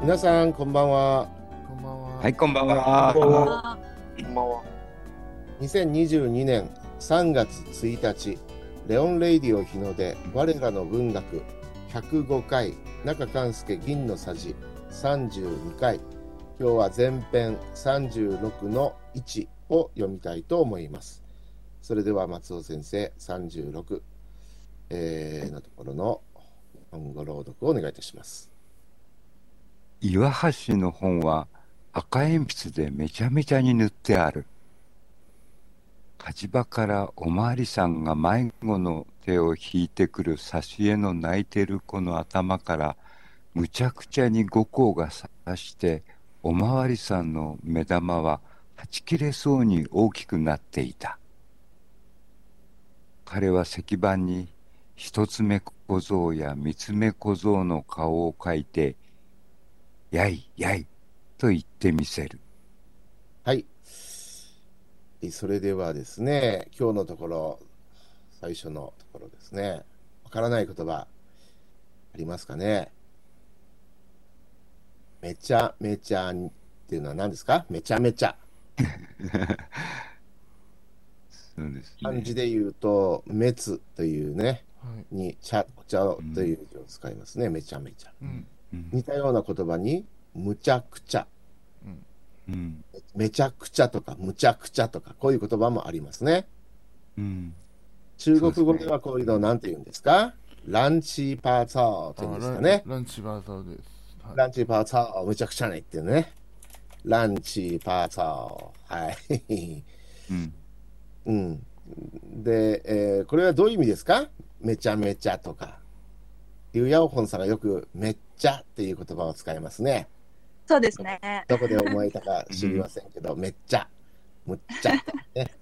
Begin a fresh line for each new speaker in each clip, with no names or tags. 皆さんこんばんは。
こんばんは。
はい、こんばんは。
あ
こんばんは。
2022年3月1日、レオンレイディオ日の出、我らの文学105回、中勘介銀のさじ32回、今日は前編36の1を読みたいと思います。それでは松尾先生36、えーのところの本語朗読をお願いいたします。
岩橋の本は赤鉛筆でめちゃめちゃに塗ってある。火事場からおまわりさんが迷子の手を引いてくる挿絵の泣いてる子の頭からむちゃくちゃに五光が刺しておまわりさんの目玉ははち切れそうに大きくなっていた。彼は石板に一つ目小僧や三つ目小僧の顔を描いてやいやいと言ってみせる。
はい。それではですね、今日のところ、最初のところですね。わからない言葉、ありますかねめちゃめちゃにっていうのは何ですかめちゃめちゃ。
そうです
漢
ね。
字で言うと、滅というね、
はい。
に茶、お茶をという字を使いますね。めちゃめちゃ。
うん。
うん
似たような言葉に、むちゃくちゃ、
うん。
うん
めちゃくちゃとか、むちゃくちゃとか、こういう言葉もありますね。
うん
中国語ではこういうのなんて言うんですかランチパーツァーって言うんですかね
あ。ランランチバーサーです。は
ラ
い。
ンチパーツァー、むちゃくちゃないっていうね。ランチパーツァー。はい。
うん
うん。で、えーこれはどういう意味ですかめちゃめちゃとか。リュウヤオホンさんがよくめっちゃっていう言葉を使いますね。
そうですね。
どこで思い出たか知りませんけど、めっちゃ、むっちゃ、ね。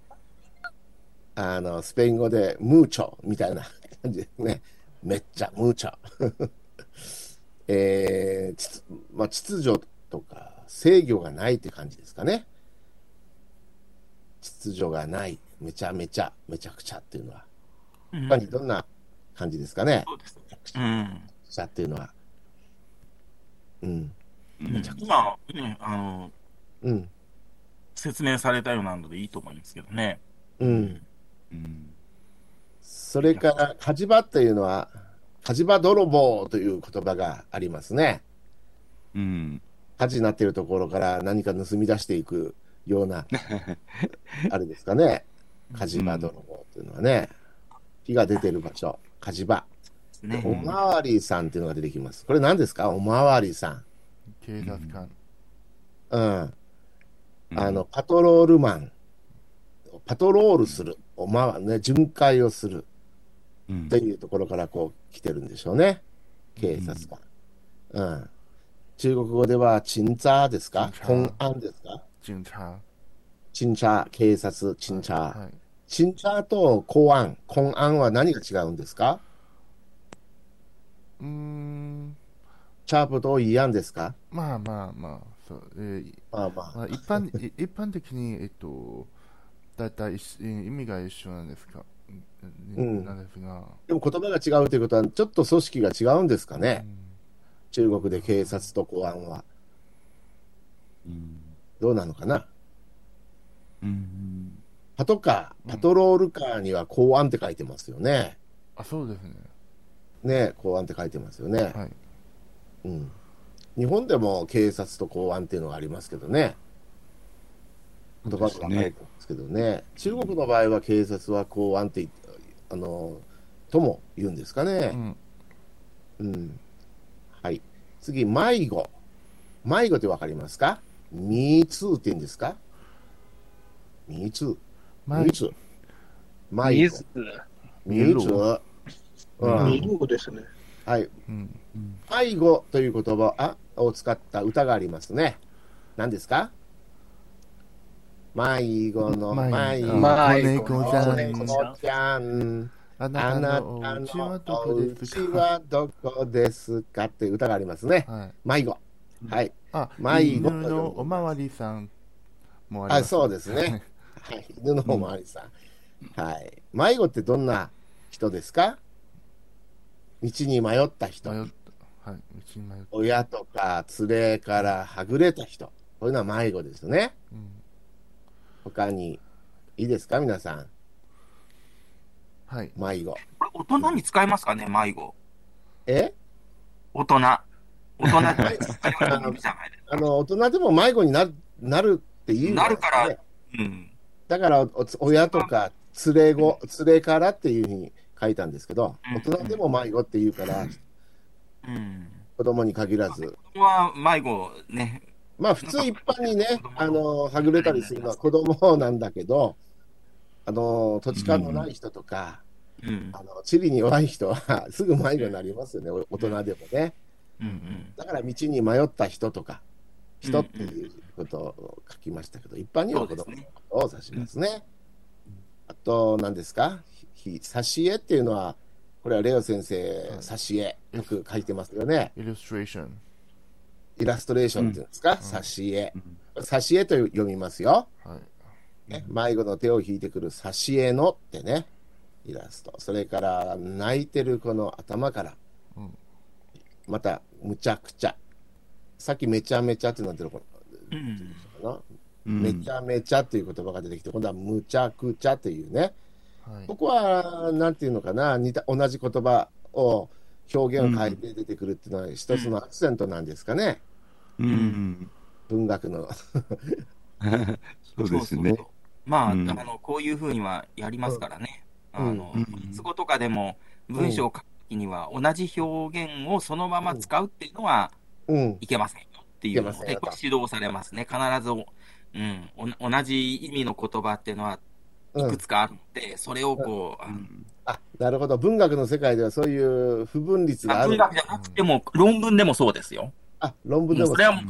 あの、スペイン語で、ムーチョみたいな感じですね。めっちゃ、ムーチョ。 えー、秩まあ、秩序とか制御がないって感じですかね。秩序がない、めちゃめちゃ、めちゃくちゃっていうのは、他にどんな感じですかね。
そうですね。
うん
めちゃくちゃっていうのは。うん、
うん
今、ね、あの、
うん、
説明されたようなのでいいと思いますけどね。
うん。
うん
それから、火事場というのは、火事場泥棒という言葉がありますね。
うん
火事になっているところから何か盗み出していくような、あれですかね。火事場泥棒というのはね、火が出てる場所、火事場。
ね
おまわりさんというのが出てきます。これ何ですかおまわりさん。
警察官。
うん。あの、パトロールマン。パトロールする。おまわね、巡回をする。
うん
というところからこう来てるんでしょうね、警察官。うん。中国語では、チンザーですか
チ
本
ンザー
案ですか
警察。
チンチャー、警察、チンチャー。
はい。
チンチャーと公安、公安は何が違うんですか
うーん。
チャープとイアンですか
まあまあまあ、そう。えー
まあま
まあ、一般い一般的に、えっと、だいたい一緒え意味が一緒なんですか、
うん
なんですが、
あ。でも言葉が違うということは、ちょっと組織が違うんですか
う
ね
ん
中国で警察と公安は。
うん
どうなのかな
うん
パトカー、パトロールカーには公安って書いてますよね。
あ、そうですね。
ね公安って書いてますよね。
はい。
うん、日本でも警察と公安っていうのがありますけどね、言葉が分かれてるんですけどね、中国の場合は警察は公安って言ってあのとも言うんですか
う
ね。
ん。
うんはい、次、迷子。迷子って分かりますかミーツーって言うんですかミーツー。
まあ
ミー、ツー。
ニ
迷
ー
子ミーツ
ズ。。
ー。う
ニ
ん、
ーズですね。
はい。
うん。
迷子という言葉あを使った歌がありますね。何ですか迷子の迷
迷
子
子
の
まあ、
猫
さ
さ
ん
ん
ちゃん、
あな
あな
た
た
の
の
お家はど
お家はど
こですか
こですかっていう歌がありますね。
はい。
迷子。はい。
あ、
迷子
犬のおまわりさんもあります、
あ、そうですね。はい。犬のおまわりさん。はい。迷子ってどんな人ですか道に迷った人
迷っ。た。はい、道に迷って、
親とか連れからはぐれた人。こういうのは迷子ですよね。
うん、
他に、いいですか皆さん。
はい、
迷子。
これ大人に使えますかね、迷子。
え
大人。大人って使えるじゃないですか。
あの、大人でも迷子になる、なるって言う、
なるから。うん。
だからお、お親とか連れ子、連れからっていうふうに書いたんですけど、
うん
大人でも迷子って言うから、
うん。
子供に限らず。
これは迷子ね、
まあ、普通一般にね
子、供
あの、はぐれたりするのは子供なんだけど、あの、土地勘のない人とか、
うん。
あの、地理に弱い人は すぐ迷子になりますよね、お大人でもね。
うんうん。
だから道に迷った人とか、人っていうことを書きましたけど、一般に
そ
は
う
子
で
供
すね。
を指しますね。あと、何ですかひ、挿絵っていうのは、これはレオ先生、挿絵、よく書いてますよね。
イルストレーション、
イラストレーションっていうんですか、挿絵。挿絵と読みますよ。
はい、
ね、迷子の手を引いてくる挿絵のってね、イラスト。それから、泣いてるこの頭から。
うん
また、むちゃくちゃ。さっきめちゃめちゃってなってるこ
うん。
のか
う
な、めちゃめちゃっていう言葉が出てきて、今度はむちゃくちゃっていうね。
はい
こ、こは、なんていうのかな、似た同じ言葉を、表現を変えて出てくるっていうのは、一つのアクセントなんですかね。
うん、
文学の。
そうですね。
そうそうまあ、
うん
あの、こういうふうにはやりますからね。
うん
あの
うん、
術語とかでも文章を書くときには同じ表現をそのまま使うっていうのは
うん。
いけませんよっていうのを
いけませんよと
結構指導されますね。必ずお、うん、お同じ意味の言葉っていうのは
う
いく
ん。
つかあるので、それをこう、あの
あ、なるほど。文学の世界ではそういう不分率があ
文
る。
学じゃなくても、論文でもそうですよ。
あ、論文で
もう
も
そ。れはも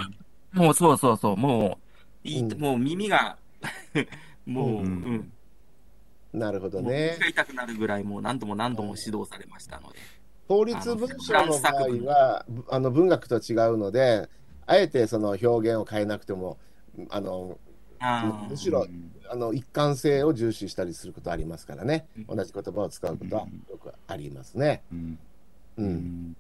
う、もうそうそうそう、もう、いい
うん
もう耳が、 もう、
うん
う
うん
ん、
なるほど
もう耳
ね
が。痛くなるぐらい、もう何度も何度も指導されましたので。
法律文章の場合は、ぶあの文学と違うので、あえてその表現を変えなくても、あの、
あー
むしろあの一貫性を重視したりすることありますからね。
うん
同じ言葉を使うことはよくありますね。
うん
うん。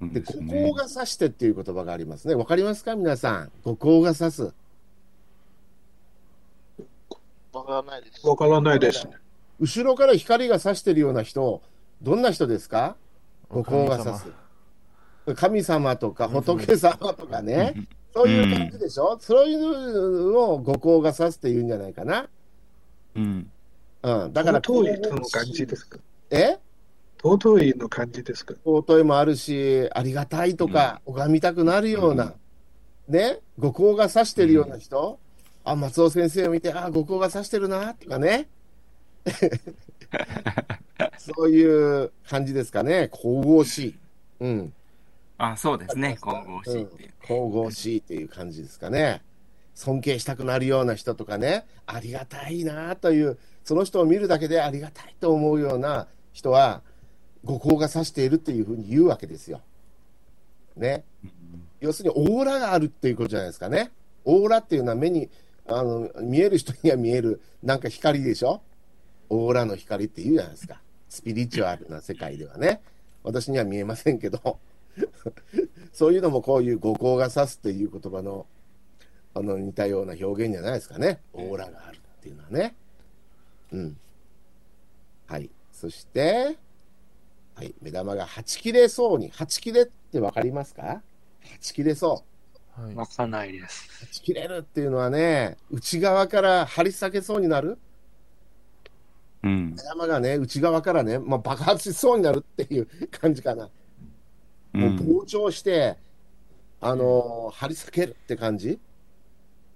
うん
で、五行が指してっていう言葉がありますね。わかりますか皆さん。五行が指す。
わからないです。
わからないです。
後ろから光が差してるような人、どんな人ですか五行が指す。神様とか仏様とかね。そういう感じでしょ、そういうのを五行が指すって言うんじゃないかな。
うん
うん。だか、
だからら、遠いとの感じですか
え
尊いの感じですか
尊いもあるし、ありがたいとか、拝みたくなるような、ね、五行が指してるような人、あ、松尾先生を見て、あ、五行が指してるな、とか ね。そういう感じですかね。神々しい。うん。
あ、そうですね、神々しいっていう。
神々しいっていう感じですかね。尊敬したくなるような人とかね、ありがたいなという、その人を見るだけでありがたいと思うような人は、五行が指しているっていうふうに言うわけですよ。ね。要するにオーラがあるっていうことじゃないですかね。オーラっていうのは目にあの見える人には見えるなんか光でしょオーラの光って言うじゃないですか。スピリチュアルな世界ではね。私には見えませんけど。そういうのもこういう五行が指すっていう言葉のあの似たような表現じゃないですかね。オーラがあるっていうのはね。うん。はい。そして、はい、目玉がはち切れそうに。はち切れってわかりますかはち切れそう。
はい、
わかんないです。
はち切れるっていうのはね、内側から張り裂けそうになる。
うん
目玉がね、内側からね、まあ、爆発しそうになるっていう感じかな。
う
もうん膨張して、あのー張り裂けるって感じ、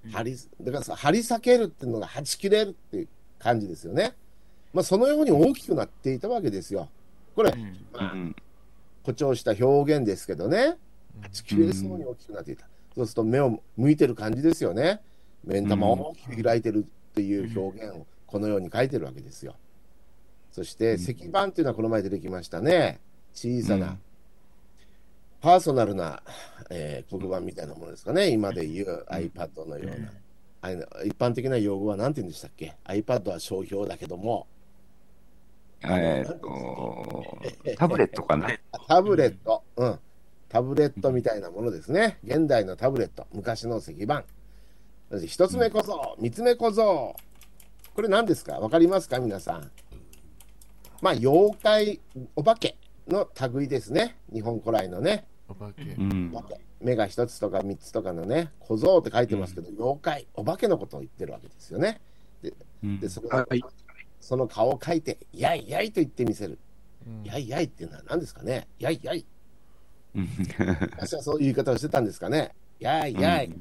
うん
張り、だからさ、張り裂けるっていうのが、はち切れるっていう感じですよね。まあ、そのように大きくなっていたわけですよ。これ、
うん
まあ
う、ん
誇張した表現ですけどね
うん、
はち切れそうに大きくなっていた。そうすると、目を向いてる感じですよね。目ん玉を大きく開いてるっていう表現を、このように書いてるわけですよ。そして、
ん
石板っていうのはこの前出てきましたね。小さ
う、
なんパーソナルな、えー黒板みたいなものですかね。今で言う iPad のような。あの一般的な用語は何て言うんでしたっけ ?iPad は商標だけども、
えーっとタブレットかな
タブレット、うん、タブレットみたいなものですね。現代のタブレット、昔の石板。そして一つ目小僧、三つ目小僧。これ何ですかわかりますか皆さん。まあ、妖怪、お化けの類ですね。日本古来のね。
お化け。
うん
お化け目が一つとか三つとかのね、小僧って書いてますけど、妖怪、お化けのことを言ってるわけですよね。
うん
で、そこ
はい。
その顔を描いて、やいやいと言ってみせる。
うん
やいやいっていうのは何ですかねやいやい。
うん
私はそういう言い方をしてたんですかねやいやい。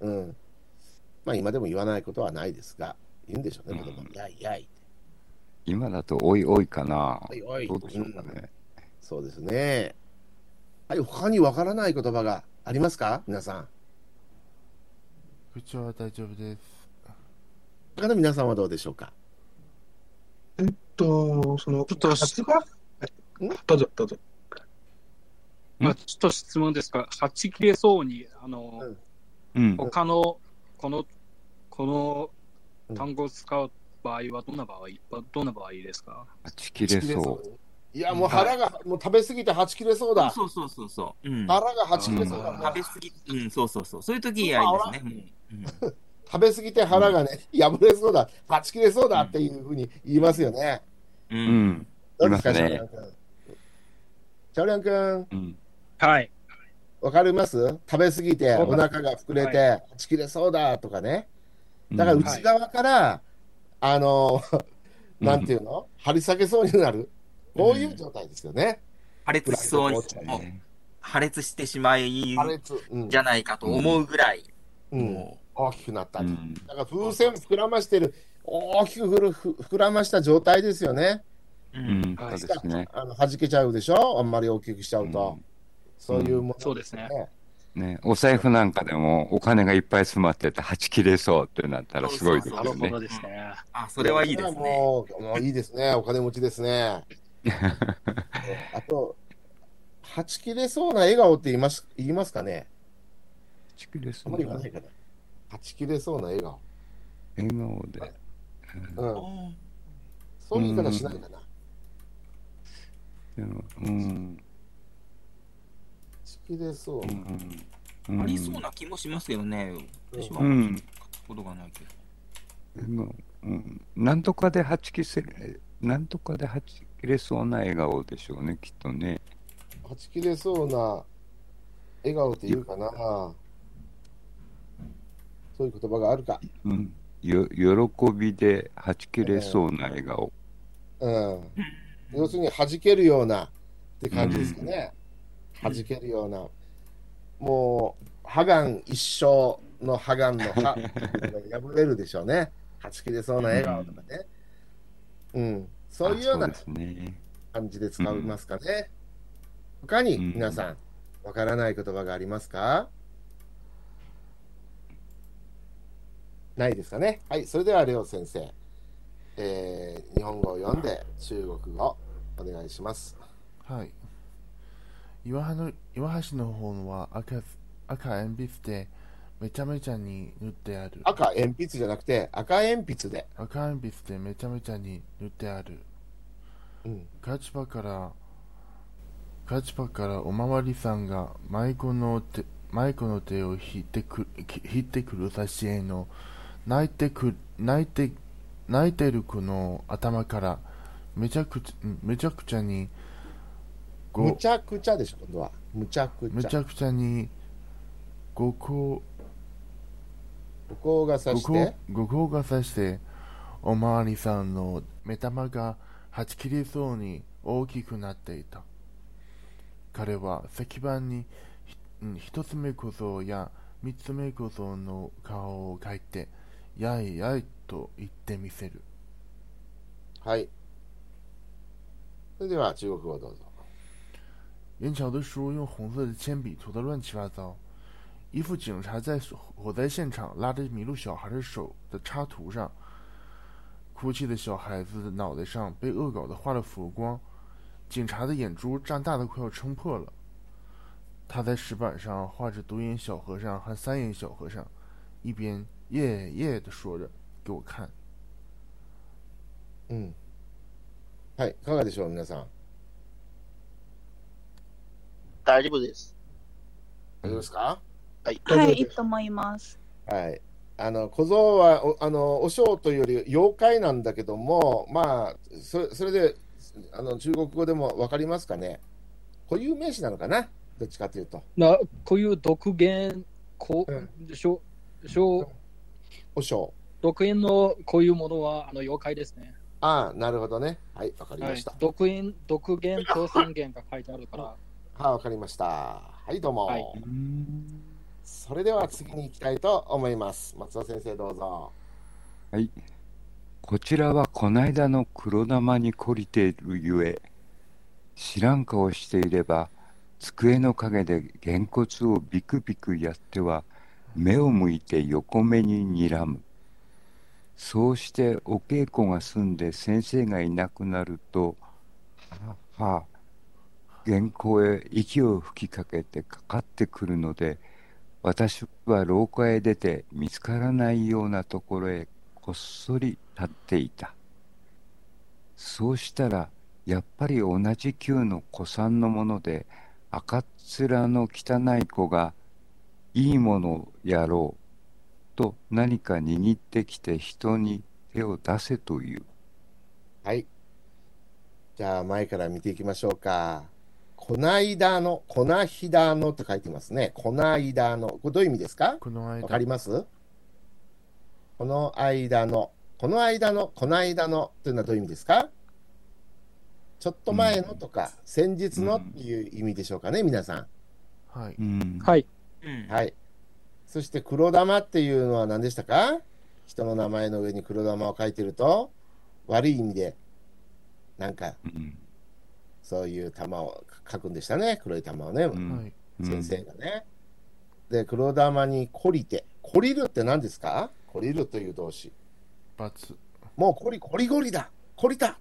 うん。まあ今でも言わないことはないですが、言うんでしょうね、子供。
うん
やいやい。
今だとおいおいかな。
おいおい。
どうでしょうか
うん
ね。
そうですね。はい、他にわからない言葉がありますか皆さん。
口は大丈夫です。
他の皆さんはどうでしょうか
と、その、
ちょっと
発売はいどうぞ、どうぞ。
まあ、ちょっと質問ですが、はち切れそうに、あの、
うん
うん。
他の、この、こ
うん
の単語を使う場合は、どんな場合、どんな場合ですか
あちきれそう。
いや、もう腹が、もう食べ過ぎてはち切れそうだ。
そうそうそうそう。うん、
腹がはち切れそうだ
食
な
べ。過ぎ、うん、そうそうそう。そういう時ありですね。うんうん
食べ過ぎて腹がね、破れそうだ。はち切れそうだっていうふうに言いますよね。
う
うん
ん。
どうですか、
い
シ
ます
ャオ
ね
リャン君。シャオリャン君、
うん。
はい。
わかります食べ過ぎてお腹が膨れて、
は
はち切れそうだとかね。だから
うん
内側から、あの、なんていうの、張り裂けそうになる。こういう状態ですよね。
破裂しそうに、もう
ね
破裂してしまい
破裂。うん
じ。ゃないかと思うぐらい、
うん、
も
大きくなったと。
うん
だから風船膨らましてる、大きくふるふ膨らました状態ですよね。
う、う
うんん。そうですね。
あの弾けちゃうでしょあんまり大きくしちゃうと。そういうもの、
そうですね。
ね、お財布なんかでもお金がいっぱい詰まってて、はち切れそうってなったらすごいです
な
そ
る
よ
ほ
ね
ど。ですね。
あ、それはいいです
これは
ね。
もう、もういいですね。お金持ちですね。あと、はち切れそうな笑顔って言います言いますかね
はちきれそ
あん
う
まり言わない
笑
かな。はち切れそうな笑顔。
顔で。
うん。そういう言い方しないかな。は
でもうん。
ち切れそう
う。んうん
ありそうな気もしますよね。私は
う
聞い
ん。
たことがないけど。
でもうん。なんとかではちきせ、なんとかではち切れそうな笑顔でしょうね、きっとね。
はち切れそうな笑顔って言うかな。そういう言葉があるか。
うん。よ、喜びではち切れそうな笑顔。
うん。要するに弾けるようなって感じですかね。弾けるような。もう、破眼一生の破眼の歯破れるでしょうね。はち切れそうな笑顔とかね。うん。そういうような
あそうですね。
感じで使いますかね。他に皆さん、わからない言葉がありますかないですかね。はい、それでは、レオ先生、えー日本語を読んで、中国語、お願いします。
はい。岩はの岩橋の方は赤赤鉛筆でめちゃめちゃに塗ってある。
赤鉛筆じゃなくて、赤鉛筆で。
赤鉛筆でめちゃめちゃに塗ってある。
うん、
立場から立場からおまわりさんが舞妓の手舞妓の手を引いてくき引いてくる挿絵の泣いてく泣いて泣いてる子の頭からめちゃくちんめちゃくちゃにご
むちゃくちゃでしょ、今度は。むちゃく
め
ち
ち
ゃ。
ゃくちゃにごこ
ここがさ
ご
して
こ、ごこがさしておまわりさんの目玉がはち切れそうに大きくなっていた彼は石板にひうん一つ目小僧や三つ目小僧の顔を描いてやいやいと言ってみせる
はい。それでは、中国語どうぞ。
眼瞧的书用红色的铅笔涂得乱七八糟。一副警察在火灾现场拉着迷路小孩的手的插图上，哭泣的小孩子的脑袋上被恶搞的画了佛光，警察的眼珠胀大的快要撑破了。他在石板上画着独眼小和尚和三眼小和尚，一边耶耶的说着：“给我看。
うん。はい、いかがでしょう、皆さん。
大丈夫です。
大丈夫ですか
はい。
はい、いいと思います。
はい。あの小僧はおあのお尚というより妖怪なんだけども、まあそれそれであの中国語でもわかりますかね。固有名詞なのかな。どっちかというと、
なこういう独言、こう、しょしょ
お尚。
独演のこういうものはあの妖怪ですね。
ああ、なるほどね。はい、わかり
は
ま
い
した。、
独演、独言と宣言が書いてあるから。
はい、わかりました。はい、どうも。
はい
それでは次に行きたいと思います。松尾先生どうぞ。
はい。こちらはこないだの黒玉に懲りているゆえ、知らん顔していれば、机の陰でげんこつをビクビクやっては、目を向いて横目ににらむ。そうしてお稽古が済んで先生がいなくなると、はあ、はあ、原稿へ息を吹きかけてかかってくるので、私は廊下へ出て見つからないようなところへこっそり立っていた。そうしたら、やっぱり同じ級の子さんのもので、赤っ面の汚い子が、いいものをやろう、と何か握ってきて人に手を出せという。
はい。じゃあ前から見ていきましょうか。こないだの、こなひだのと書いてますね。こないだの。これどういう意味ですか
この
わか
間、
りますこの間の、この間の、この間のというのはどういう意味ですかちょっと前のとか、先日のっていう意味でしょうかね、皆さん。
はい、
うん
はい、
うん
はい。そして黒玉っていうのは何でしたか人の名前の上に黒玉を書いてると、悪い意味で、なんか
うん
そういう玉を書くんでしたね、黒い玉をね、
うん
はい、
うん
先生がね。で、黒玉に懲りて、懲りるって何ですか懲りるという動詞。
罰、
もう懲り、懲りゴリだ懲りた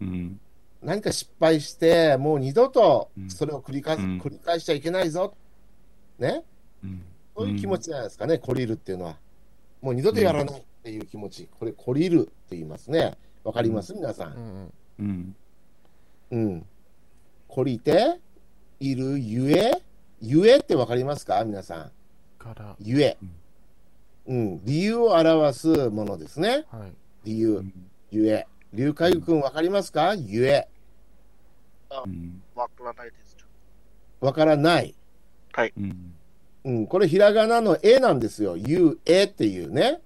うん
何か失敗して、もう二度と
うん
それを繰り返す、
うん
繰り返しちゃいけないぞ。ね
うん
そういう気持ちじゃないですかね、懲りるっていうのは。もう二度とやらないっていう気持ち。これ、懲りるって言いますね。わかります皆さ。
うんん
うん
うん。懲りて、いる、ゆえ、ゆえってわかりますか皆さん。
から、
ゆえ。うん。理由を表すものですね。
はい、
理
う
由、
ん
ゆえ。龍海君わかりますかゆえ。
うん
わからないです。
わからない。
うん
うん。これ、ひらがなのえなんですよ。ゆえっていうね。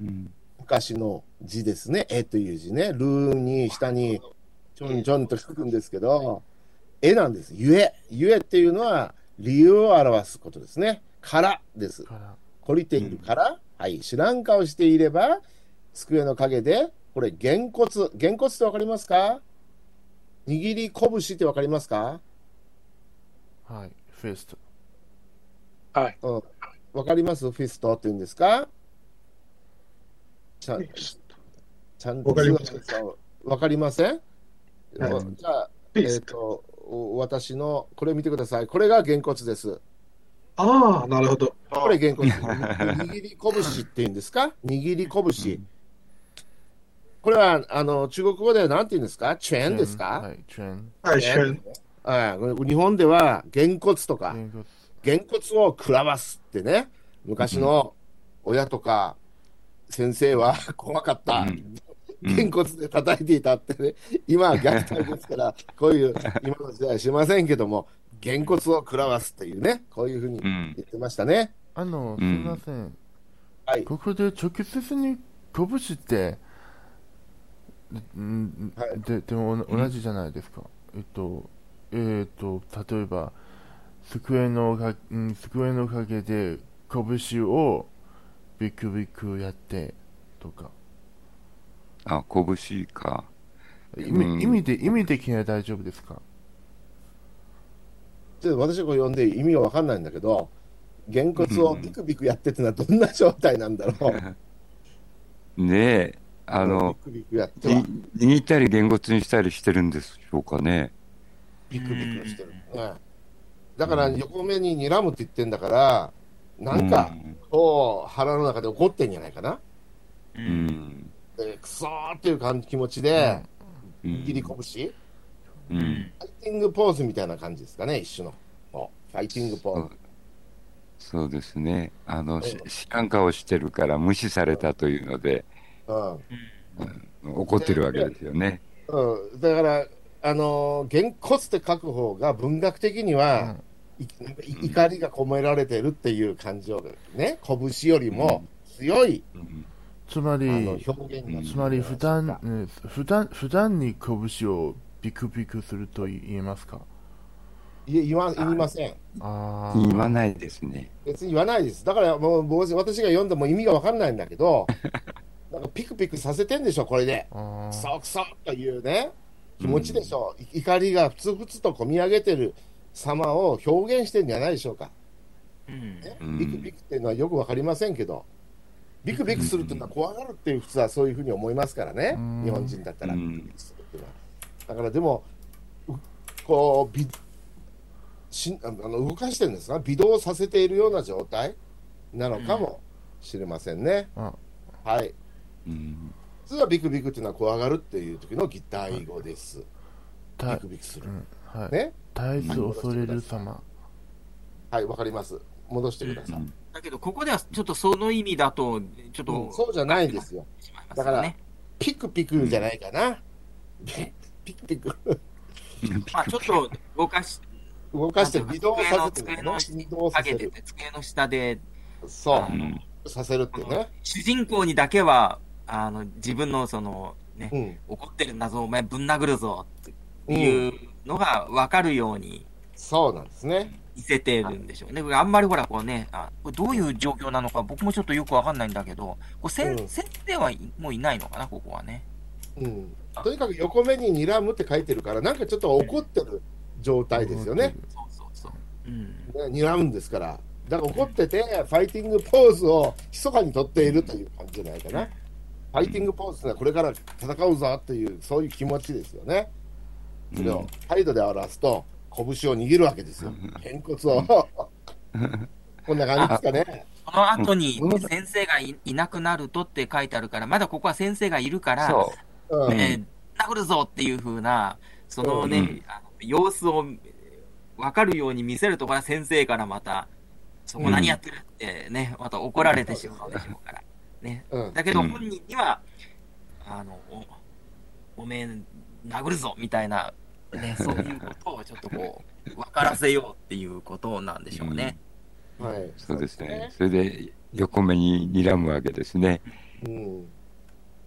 うん
昔の字ですね。えという字ね。ルーに下にちょんちょんと書くんですけど、えなんです。ゆえ。ゆえっていうのは理由を表すことですね。からです。
から、
懲りているから、はい、知らん顔していれば、机の陰で、これ、げんこつ。げんこつってわかりますか握り拳ってわかりますか
はい、フェスト、
はい、
うん。わかりますフィストって言うんですかちゃん、ちゃんと。
わかりません
わかりません
はい
じゃあ、え
ピ
っ、
ース。
と、お私の、これ見てください。これがげんこつです。
ああ、なるほど。
これげんこつ。握り拳って言うんですか握り拳。これは、あの、中国語では何て言うんですかチェーンですか、
はい、チェーン、
はい、
ね
シェン。
ああこれ日本では、げんこつとか、
言語
げんこつを食らわすってね、昔の親とか先生は 怖かった
う。ん
げんこつで叩いていたってね、今は虐待ですから、こういう、今の時代はしませんけども、げんこつを食らわすというね、こういうふうに
う
言
ん
ってましたね。
あの、す
う
み
ん
ません。
はい
ここで直接に拳って、うん、
はい
ででも同じじゃないですか。えっと、えっと、例えば、机のか、うん、机の陰で拳をビクビクやってとか。
あ拳か
意
うん
味、意味で、意味的には大丈夫ですか
ちょっと私これ読んで意味がわかんないんだけど、げんこつをビクビクやってってのはどんな状態なんだろう。
ねえあの、
ビクビクやっては
に、握ったり言語つにしたりしてるんでしょうかね
ビクビクしてる。うんだから横目に睨むって言ってんだから、なんか、を腹の中で怒ってんじゃないかな。
う
う
んん
でくそーっていう感じ気持ちで、
うん
握り拳、
うん。
ファイティングポーズみたいな感じですかね、一種の。おファイティングポーズ。
そうですね。あの、し
うん
知らん顔してるから無視されたというので、
うん
怒ってるわけですよね。
うん、だから、あのー、げんこつって書く方が文学的には、いなんかい
うん
怒りが込められてるっていう感情がね、拳よりも強い、
うん
つま
あの
り、
表現が
うん
つまり普段、うん普段、普段に拳をビクビクすると言えますか
い言わ言いません。
あ
言
あ、
わないですね。
別に言わないです。だからもう僕私が読んでも意味がわかんないんだけど、なんかピクピクさせてんでしょ、これで。
あ
ク
ー
ソクソというね、気持ちでしょう。い怒りがふつふつと込み上げてる様を表現してんじゃないでしょうか。
うん
ね
うん
ビクビクっていうのはよくわかりませんけど、ビクビクするっていうのは怖がるっていう普通はそういうふうに思いますからね
うん、
日本人だったら、
う
ビ
ん
クビクするっていうのは。だからでも、うこう、びしあの動かしてるんですか、微動させているような状態なのかもしれませんね。
うん
はい
うん
普通はビクビクっていうのは怖がるっていう時の擬態語です。ビ
た
クビクす
う
る。
ん、はい。
ね。
絶えず恐れる様。
はい、わかります。戻してください。
だけど、ここではちょっとその意味だと、ちょっ
うん
と、
そうじゃないんですよ。
しまいます
だ
よ
から
ね。
ピクピクじゃないかな。ピクピク。
まあ、ちょっと動かし、
動かして微動させてるのね。
机の
微動
下
させ
げて
る。
て、机の下で、
そ
うん
う、させるっていうね。
主人公にだけは、あの、自分のその、ね、
うん。
怒ってるんだぞ、お前ぶん殴るぞって
うん、
いうのが分かるように
そうなんですね。
見せてるんでしょうね。あんまりほら、こうね、あこれどういう状況なのか僕もちょっとよく分かんないんだけど、こう先
うん
先生はいもういないのかな、ここはね。
うん。とにかく横目に睨むって書いてるから、なんかちょっと怒ってる状態ですよね。
そうそうそう。うん。
ね睨むんですから。だから怒ってて、ファイティングポーズを密かに取っているという感じじゃないかな。ファイティングポーズってのはこれから戦うぞっていう、そういう気持ちですよね。それを態度で表すと、拳を握るわけですよ。 肩骨を。こんな感じですか ね。
その後に
うん
先生がいいなくなるとって書いてあるから、まだここは先生がいるから、
そ
うん
えー殴るぞっていう風な、そのね、
うん
あの様子を分かるように見せるところは先生からまた、そこ
うん
何やってるってね、また怒られてしまうでしょうから。ね。
うん
だけど
うん
本人には、あの、おおめえ殴るぞみたいな、ね、そういうことをちょっとこう、分からせようっていうことなんでしょうね。
はい、
う。そうですね。それで横目に睨むわけですね。
うん、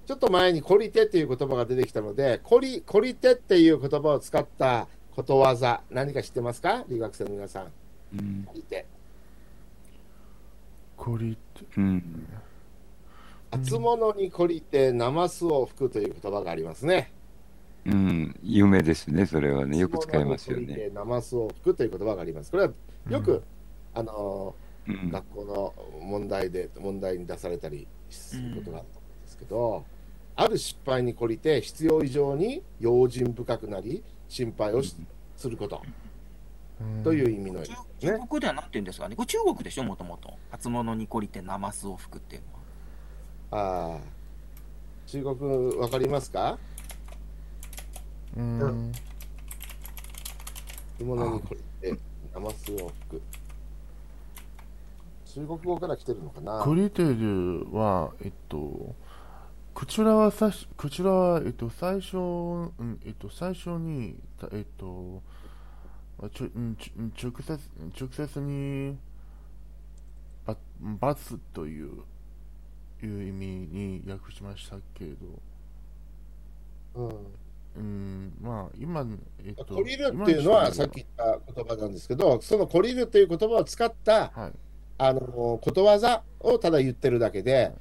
ちょっと前に「こり手」っていう言葉が出てきたので「こりこり手」っていう言葉を使ったことわざ何か知ってますか留学生の皆さん。
うん
こり手
こり、
うん。
厚物にこり手なますを吹くという言葉がありますね。
うん。有名ですね。それはね。よく使いますよ
厚物に
ね。
懲りてなますを吹くという言葉があります。これはよく、あの
う
ー
ん。
学校の問題で問題に出されたりすることがあると思うんですけど、ある失敗にこりて必要以上に用心深くなり心配をしすること。
うん
という意味の、
中
ね、
中国では何て言うんですかね。これ中国でしょ、もともと。初物にこりてナマスを吹くっていうのは。
あー中国わかりますか
うん。
着物にこれってナマスを吹く中国語から来てるのかな
コリテルは、えっと、こちらはさし、こちらは、えっと、最初、うん、えっと、最初に、たえっと、まあちょうんちょうん直接、直接に、ば罰という、いう意味に訳しましたけれど、
うん、
うん、まあ、今、えっと、
こりるっていうのはさっき言った言葉なんですけどそのこりるっていう言葉を使った
はい、
あのことわざをただ言ってるだけで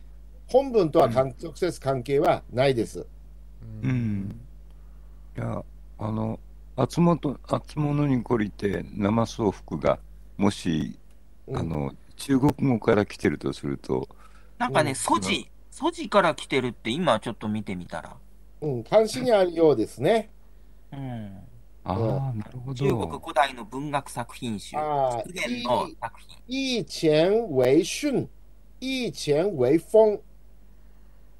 本文とは関直接関係はないです、
う、ん。いや、あの、厚物、厚物に懲りて、生装服が、もし、
うん
あの、中国語から来てるとすると、
なんか
う
ね、
ん
素地、素地から来てるって今ちょっと見てみたら。
うん、関心にあるようですね
うん。
ああ、なるほ
中国
ど。
古代の文学作品集、
あー
出現の作品。
以前为训，以前为风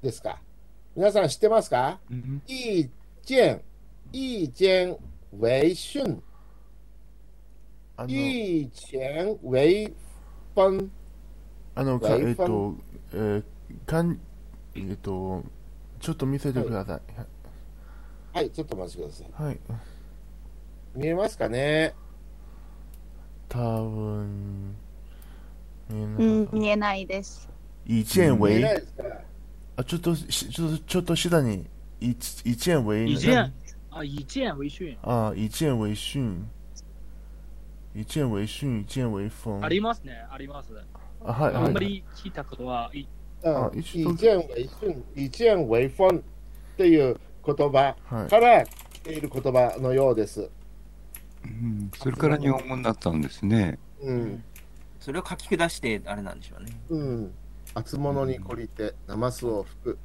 ですか。皆さん知ってますか？
うん
意見、意見为训，
あの、
以前为分。
あの、かえっと、えーかん、えっと、ちょっと見せてください。
はい、ちょっとお待ちください。
はい。
見えますかね
多分、見えな
う
い。
ん、見えないです。
以见
見え
为
ないですか
あ、ちょっとし、ちょっと、ちょっと、シダに、以以见为
以见啊，以见为训。
あ、以见为训。以见为训、以见为风。
ありますね、あります。
あ、はい、
あ
は
んま
い。
り聞いたことはい。
うん
あ一度
以前为訓、以前为分っていう言葉
はい。
から来ている言葉のようです。
うんそれから日本語になったんですね。
うん。
それを書き下して、あれなんでしょうね。
うん。厚物に懲りて、ナマスを吹く。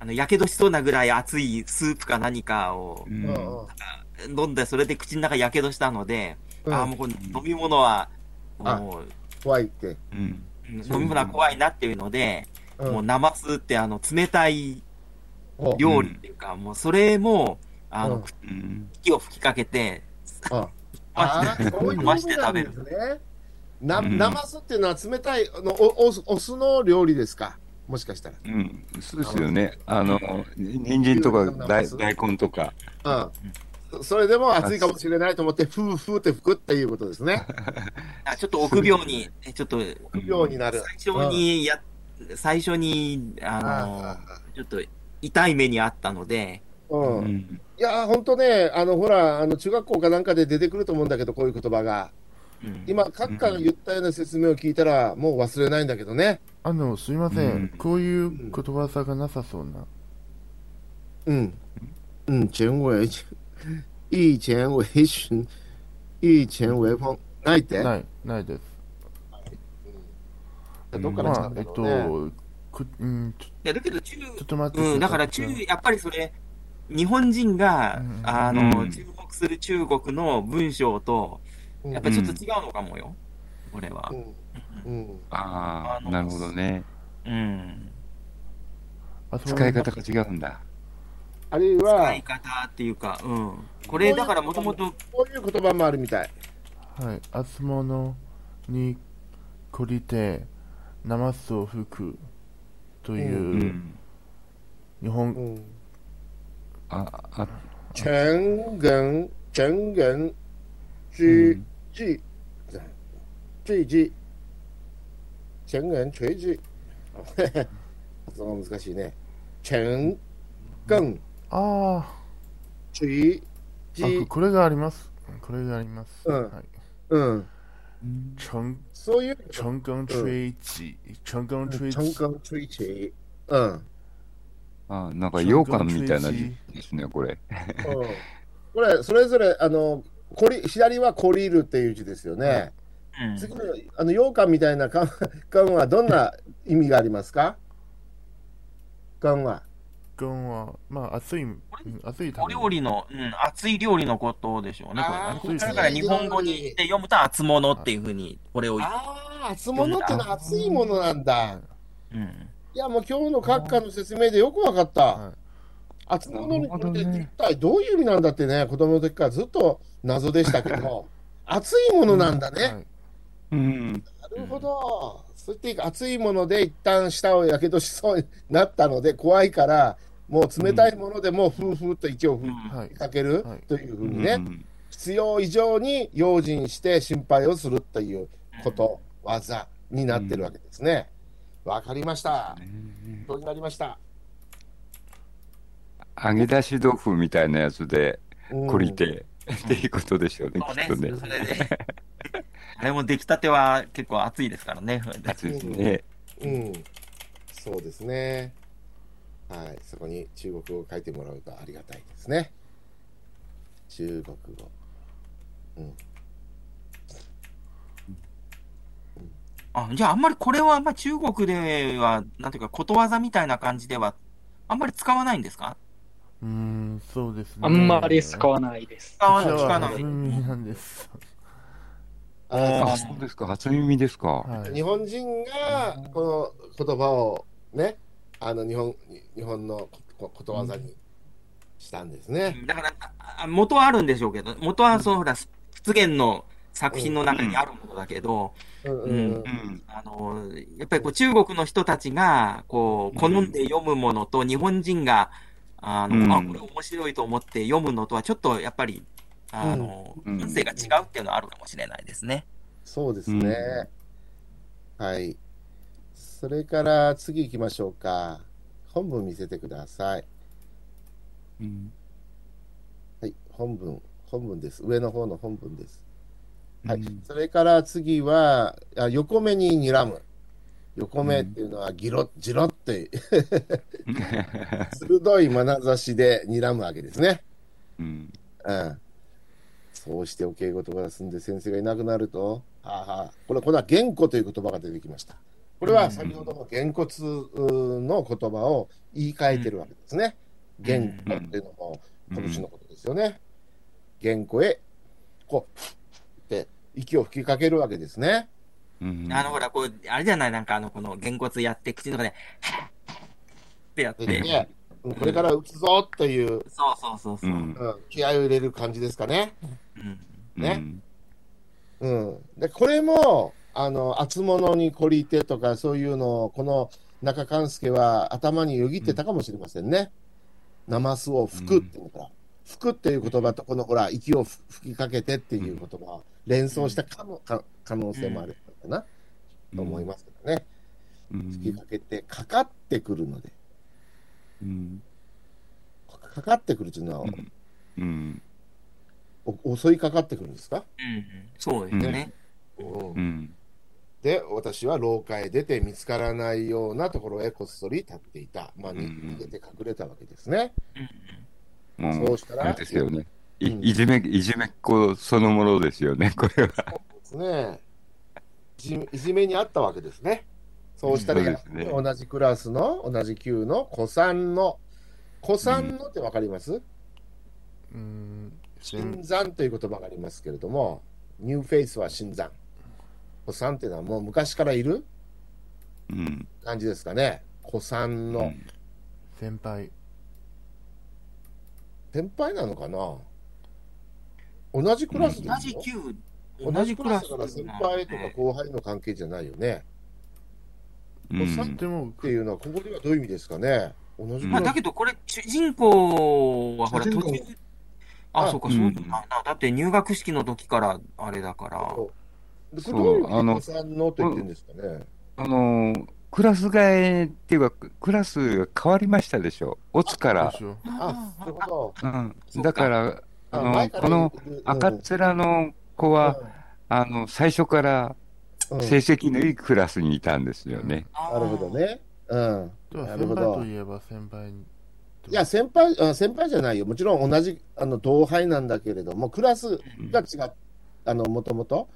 あの、やけどしそうなぐらい熱いスープか何かを
うん
うんうん
飲んで、それで口の中やけどしたので、
うん
ああ、もうこの飲み物は、もう、
怖いって。
うん
うん飲み物は怖いなっていうので、
うん
もうナマスってあの、冷たい
お
料理っていうか、もうそれも、あ
うん
の、
うん
息を吹きかけて、
あ
ま
あー、そういう
まして食べる
ことなんですね。な、
うん
ナマスっていうのは冷たい、あの、お、お酢、お酢の料理ですか。もしかした
うん、そうですよね。あの、人参とか大大根とか。
ら。うん。それでも暑いかもしれないと思って、ふうふうって吹くっていうことですね。
あちょっと臆病に、えちょっと、
ようになる。
最初にや、最初に、あ
あ
の、ちょっと痛い目にあったので、
うん。
うん
いやー、本当ね、あのほら、あの中学校かなんかで出てくると思うんだけど、こういう言葉が。
うん
今、閣下が言ったような説明を聞いたら、もう忘れないんだけどね。
あの、すいませ。
うんん
こういうことわざがなさそうな。
うん。うん、前衛、以前为旬、以前为風。ないって
ない、ないです。
どっから来た
まあ
ん、
え
だ
っ
ろうね。
と、くうん、ちょ
いや、だけど中、
ちょっと待ってください。
うん、だから中、やっぱりそれ、日本人が、
うん
あの、
うん
注目する中国の文章と、
うん
やっぱちょっと違うのかもよ、俺は
う。ん。うん。
あ
あ
あ、
の
なるほどね。
うん。
あそう
使い方が違うんだ。
あるい
使、
はい
方っていうか、うん。これ、だからもともと、
こういう言葉もあるみたい。
はい。あつものに懲りて、ナマスを吹くと
う
いう、
ん。
日本、
うん。
あ、あ、
全言、全言、
う
之
ん
句、这一句、全言垂 句。発音が難しいね。全言
あ
垂
ーあ、
句。
これがあります。これがあります。
うん
はい。
うん。
成
そういう、
成功吹起，成功吹
全
起，
言垂句。うん。うん
あなんか羊羹みたいな字ですね、これ。
これ、それぞれ、あの、こり左はコリるっていう字ですよね。
うん
次の、あの、羊羹みたいな缶缶はどんな意味がありますか缶は。
羹はまあ熱いうん熱い
お料理の、うん、熱い料理のことでしょうね、これは
あ
ね
ー
そうですね
だから日本語にで読むと熱物っていうふうに、これを、
ああ、熱物ってのは熱いものなんだ。
うん。
いや、もう今日の閣下の説明でよくわかった。
は
熱物にこれ
なるほど
で
ね
一体どういう意味なんだってね、子供の時からずっと謎でしたけ ど、熱いものなんだ
い、は
ね。
い、
うん。
なるほど。そうやって熱いもので一旦舌をやけどしそうになったので怖いから、もう冷たいものでもうふうふうと息を
う
吹
ん
はい
き、かける
はい
というふう
う
にね、
ん
必要以上に用心して心配をするということ、技になってるわけですね。わかりました。
ね
どうになりました。
揚げ出し豆腐みたいなやつで、
うん
こりて、っていうことでしょうね、
そう
きっ
ね、
と
そ
ね
れ。で。 あれも出来たては結構熱いですからね。
熱いですね。
うん。そうですね。はい。そこに中国語を書いてもらうとありがたいですね。中国語。
あ、じゃああんまりこれはあんまり中国では、なんていうか、ことわざみたいな感じでは、あんまり使わないんですか
うーんそうですね
あんまり使わないです。
使わない、
こち
使
ら
わ
は
ない。
初耳なんです、
あ
あ、そうですか、初耳ですか。
は
日
い、
本人がこの言葉をね、あの日本日本のこことわざにしたんですね。
だから、ああ元はあるんでしょうけど、元はその、ほら、出現の作品の中にあるものだけど、
うん
う
うんんうん
うん。
あの、やっぱりこう中国の人たちが、こう、好んで読むものと、日本人が、あの、
うん
あ、これ面白いと思って読むのとは、ちょっとやっぱり、あの、
うん
運勢が違うっていうのはあるかもしれないですね。
そうですね。はい。それから次行きましょうか。本文見せてください。
うん
はい、本文、本文です。上の方の本文です。
うん
はい、それから次は、あ横目に睨む。横目っていうのは、ギロッ、ジロッて、 鋭い眼差しで睨むわけですね。
うん
うん。そうしてお稽古とかが済んで先生がいなくなると、はあはあ、これ、これは言語という言葉が出てきました。これは先ほどの言骨の言葉を言い換えてるわけですね。言語っていうのも、今年のことですよね。言語へ、こう、ふって息を吹きかけるわけですね。
うん
あの、ほら、こう、あれじゃない、なんかあの、この、げんこつやって、口の中で、ってやっ
で
て、
ねこれから打つぞという、
そうそうそうそうう。
ん
うん気合を入れる感じですかね。
うん
ねうん、でこれもあの厚物にこり手とかそういうのをこの中勘介は頭によぎってたかもしれませんね。ナマスを吹くっていうのから、吹くっていう言葉とこのほら息をふ吹きかけてっていう言葉を連想したかもか可能性もあるのかな、と思いますけどね。
うん
吹きかけてかかってくるので
うん
かかってくるというのは、
うん
お襲いかかってくるんですか、
うんそうですね。
うん
で私は廊下へ出て見つからないようなところへこっそり立っていた、まあ、
うん
逃げて隠れたわけですね、
も
そううした
あ
ら
れですよねい
うん
いじめいじめっ子そのものですよねこれは
ですねいじいじめにあったわけですねそうしたら、
うんそうですね
同じクラスの同じ級の子さんの子さんのって分かります、
うん、
新山という言葉がありますけれどもニューフェイスは新山子さんっていうのはもう昔からいる
うん
感じですかね子さんの、
うん
先輩
先輩なのかな同じクラスですよ
同じ級、
同じクラスだから先輩とか後輩の関係じゃないよね。
うん
お散
で
っ
も
ていうのは、ここではどういう意味ですかね。同じク
まあ、
ラ
だ
ス
けどこれ、主人公はほら、
主人
途
公
中、あ、
あ
そうか、
うん
そうなんだ。だって入学式の時からあれだから、
でこ
そ
れ
う
どういう
あ
お
の
子さんのと言ってるんですかね。
あのークラス替えっていうかクラスが変わりましたでしょオツか
どう
ら
しよ
あ、なるほど。
うん
そうか
だからあの
前
ー
から
この
いる
赤っ面の子は、あの最初から
うんうん
成績のいいクラスにいたんですよね。
あー
なるほど。ね。うん。
うでは
なる
先
ほ
輩
ど
といえば先輩に
いや、先輩、あ先輩じゃないよ。もちろん同じあの同輩なんだけれども、クラスが違う、あの、もともと、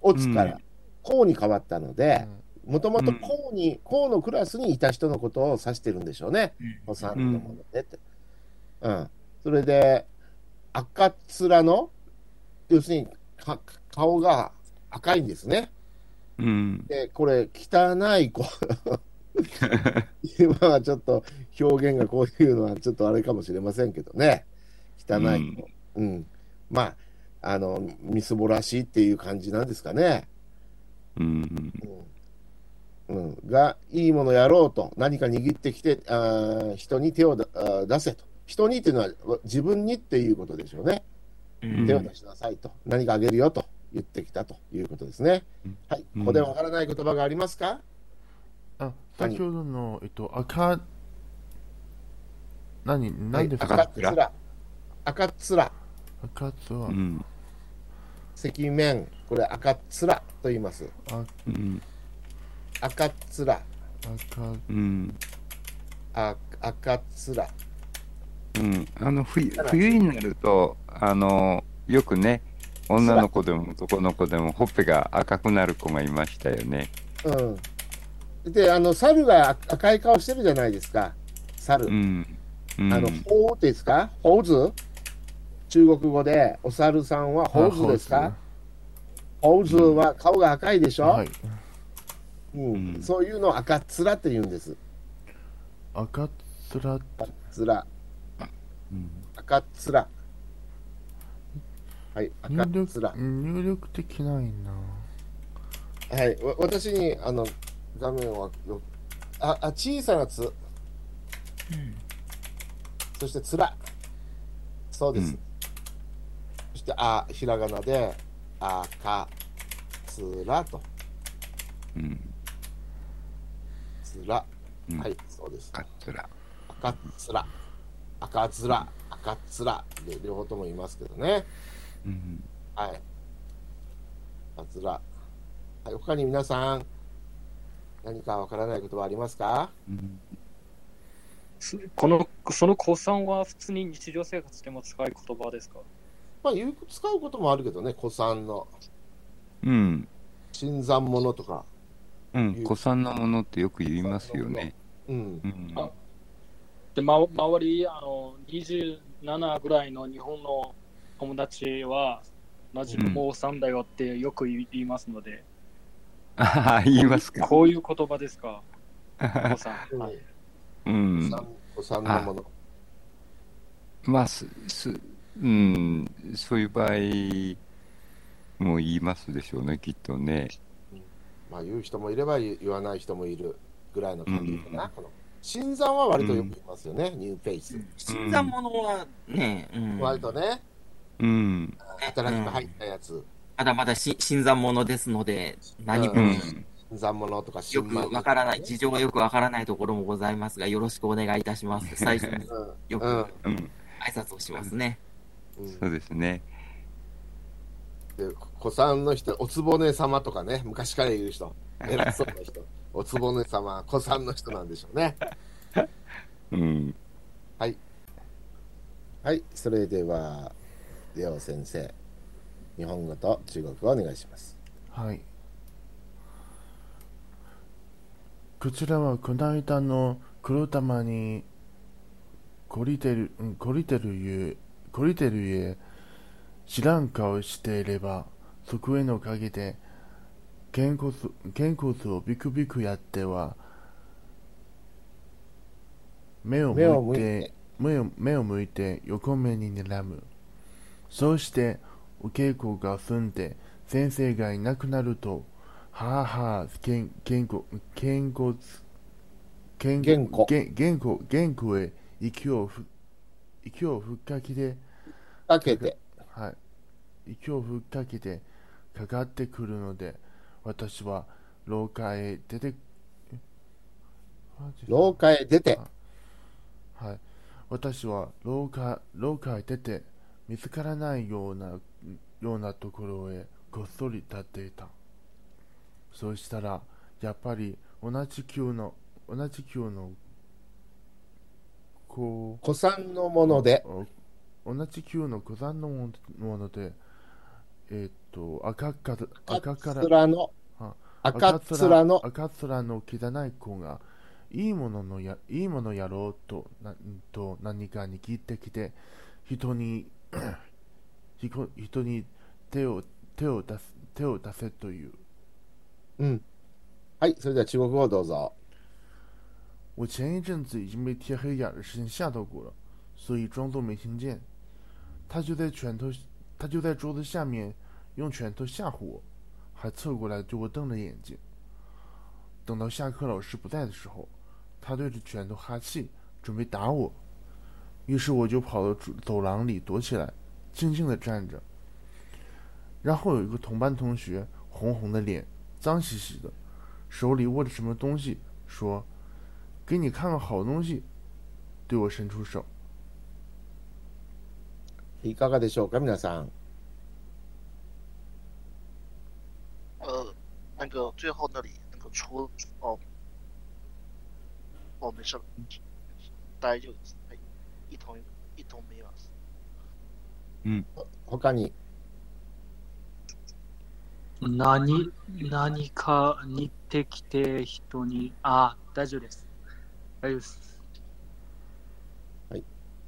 オツか
う
ら、こうに変わったので、もともとこうに、こうのクラスにいた人のことを指してるんでしょうね。
うん
お三人のものでって。うん。それで、赤面の、要するにか顔が赤いんですね。
うん。
で、これ、汚い 子。今はちょっと表現がこういうのはちょっとあれかもしれませんけどね。汚い子。うん。まあ、あの、みすぼらしいっていう感じなんですかね。
うん。
うん、がいいものやろうと、何か握ってきて、あー人に手をだあー出せと、人にっていうのはわ自分にっていうことでしょうね、
うん
手を出しなさいと、何かあげるよと言ってきたということですね。
うん
はい、
うん
ここでわからない言葉がありますか、
あ先ほどの、えっと、赤何
は
何
い
ですか、
赤っ面、赤っ面、
赤とは
うん。
赤面、これ赤っ面と言います。
赤
うん。
赤っ面、
赤
うん。
あ赤っ面。
うん。あの、冬、冬になると、あの、よくね、女の子でも男の子でもほっぺが赤くなる子がいましたよね。
うん、で、あの、猿が赤赤い顔してるじゃないですか、猿。
うん。うん。
あの、ほうですかほうず中国語で、お猿さんはほうずですかほうずは顔が赤いでしょ、
はい
うん
うん
そういうのを赤っ面って言うんです。
赤面
面。
うん
赤っ面。はい、赤っ
入力
面。
入力できないな
はい、わ私にあの画面をよああ小さなつ、そしてつらそうです、
うん
そしてあひらがなであかつらと
うん。
つら、
うん
はいそうです
カツラ。
赤つら赤つら赤つらで両方とも言いますけどね
うん。
はい赤つらはい他に皆さん何かわからないことはありますか
うん
すこの、その子さんは普通に日常生活でも使う言葉ですか
まあ、よく使うこともあるけどね、古参の。
うん。
新参者とか。
うん。子さんのものってよく言いますよね。
うん
う。ん。
あで、ま、周り、あの、27ぐらいの日本の友達は、同じ
うん
子さんだよってよく言い言いますので、
あはは言いますか。
こういう言葉です か、子さん。
はい
うん
古。参古参のもの。
まあ、す、す、うん、そういう場合も言いますでしょうね、きっとね。
まあ、言う人もいれば言言わない人もいるぐらいの感じかな。
うん
この新参は割とよく言いますよね、ニューフェイス。
新参者はね、うん
割とね、
うん。
新しく入ったやつ、
まだまだし新参者ですので、何
う
も
ん。
新参者とか新
よ
米と
くわからない、事情がよくわからないところもございますが、よろしくお願いいたします。最初に
うん
よく
うん
挨
うん。
拶をしますね。
うん
そうですね。
で古参の人、おつぼね様とかね、昔から言う人、偉そうな 人、おつぼね様、古参の人なんでしょうね。
うん。
はい、それでは、レオ先生、日本語と中国語お願いします。
はい。こちらはこの間の黒玉に懲りてる、うん懲りてるゆえ、懲りてるゆえ、知らん顔していれば、そこへの陰で、げんこつ、げんこつをビクビクやっては、目を
目を向
向い
い
て
て、
目を目を向いて横目に睨む。そうして、お稽古が済んで、先生がいなくなると、はあはあ、けん、けんこ、けんこつ、けん
げんこ
げん、げんこ、げんこへ、息をふ、息をふっかけて、
かけて、
はい、息をふっかけて、かかってくるので、私は、廊下へ出て、えマジで
廊下へ出て、
はい、私は廊下廊下へ出て見つからないようなようなところへこっそり立っていたそうしたらやっぱり同じ級の同じ級のこ
古参のもので、
う同じ級の登山のものものでえーっと赤か赤から
面の
あ、
赤面の、
赤面の汚い子がいいもののやいいものやろうとなと何かに聞いてきて人に ひこ人に手を手を出す手を出せという
うん。はい、それでは中国語をどうぞ。
我前一阵子已经被贴黑眼儿的事情吓到过了，所以装作没听见。他就在拳头，他就在桌子下面用拳头吓唬我，还侧过来对我瞪着眼睛。等到下课老师不在的时候，他对着拳头哈气，准备打我。于是我就跑到走走廊里躲起来，静静地站着。然后有一个同班同学，红红的脸，脏兮兮的，手里握着什么东西，说。给你看个好东西，对我伸出手。
いかがでしょうか、皆さん。
呃，那个最后那里那个出哦，哦没事了，大家就一同一同没有。
他に、
何、何か似てきて人に、あ、大丈夫です。大丈夫です。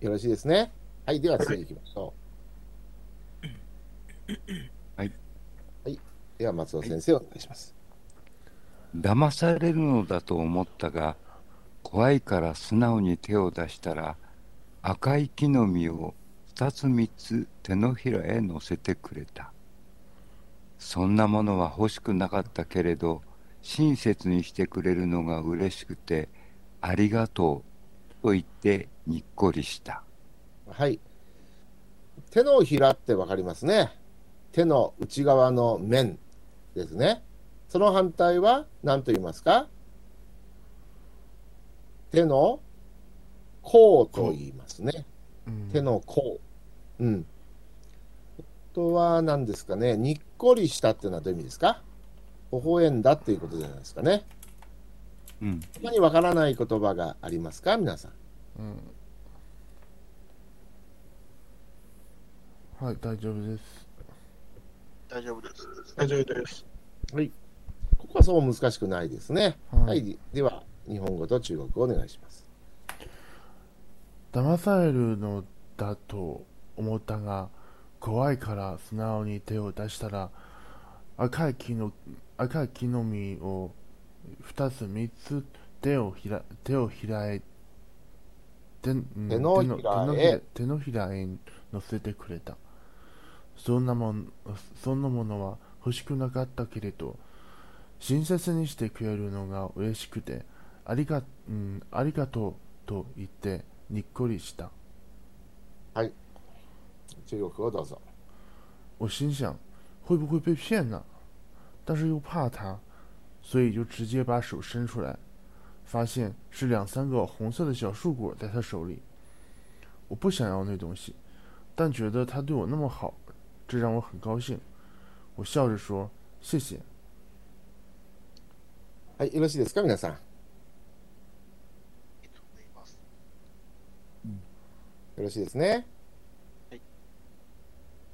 よろしいですね。はい、では次行きましょう。
はい。
はい、では松尾先生お願いします。
騙されるのだと思ったが、怖いから素直に手を出したら、赤い木の実を二つ三つ手のひらへ乗せてくれたそんなものは欲しくなかったけれど親切にしてくれるのが嬉しくてありがとうと言ってにっこりした
はい。手のひらってわかりますね。手の内側の面ですね。その反対は何と言いますか手の甲と言いますね。
うん
手の甲。うん。あとは何ですかね。にっこりしたっていうのはどういう意味ですか微笑んだっていうことじゃないですかね。
うん
他にわからない言葉がありますか皆さん。
うんはい、大丈夫です。
大丈夫です。
大丈夫です。
ここはそう難しくないですね。
はい
はい。では、日本語と中国語お願いします。
騙されるのだと思ったが、怖いから素直に手を出したら、赤い木の赤い木の実を2つ3つ手をひら手を開い手うん
手のひらへ
手のひら手のひらへ乗せてくれたそんなもんそんなものは欲しくなかったけれど親切にしてくれるのが嬉しくてありが,、うん、ありがとうと言ってにっこりした
中国語どうぞ。
我心想，会不会被骗呢？但是又怕他，所以就直接把手伸出来，发现是两三个红色的小树果在他手里。我不想要那东西，但觉得他对我那么好，这让我很高兴。我笑着说：“谢谢。
はい。よろしいですか皆さん。よ
いいと思います。
ろしいですね。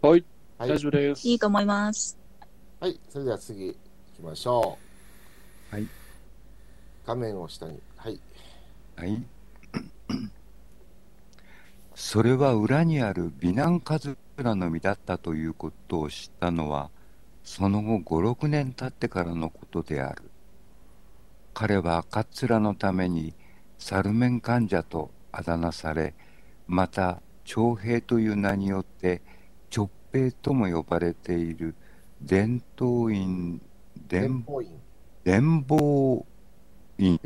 はい、
はい
大丈夫です。
いいと思います。
はい。それでは次行きましょう。
はい。
画面を下に。はい。
はい。それは裏にある美男カズラの実だったということを知ったのは、その後5、6年経ってからのことである。彼は赤面のためにサルメン患者とあだ名され、また徴兵という名によって直兵とも呼ばれている伝統院、
伝
伝
法院。
伝法院。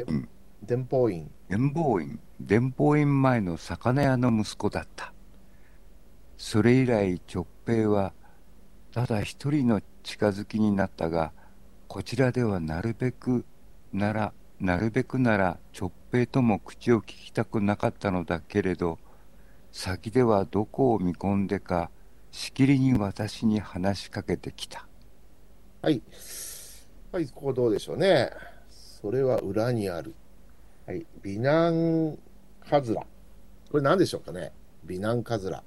伝法院。
伝法院伝法院前の魚屋の息子だったそれ以来直平はただ一人の近づきになったがこちらではなるべくならなるべくなら直平とも口を聞きたくなかったのだけれど先ではどこを見込んでかしきりに私に話しかけてきた
はい。はい。ここどうでしょうね。それは裏にある。はい。美男カズラ。これ何でしょうかね美男カズラ。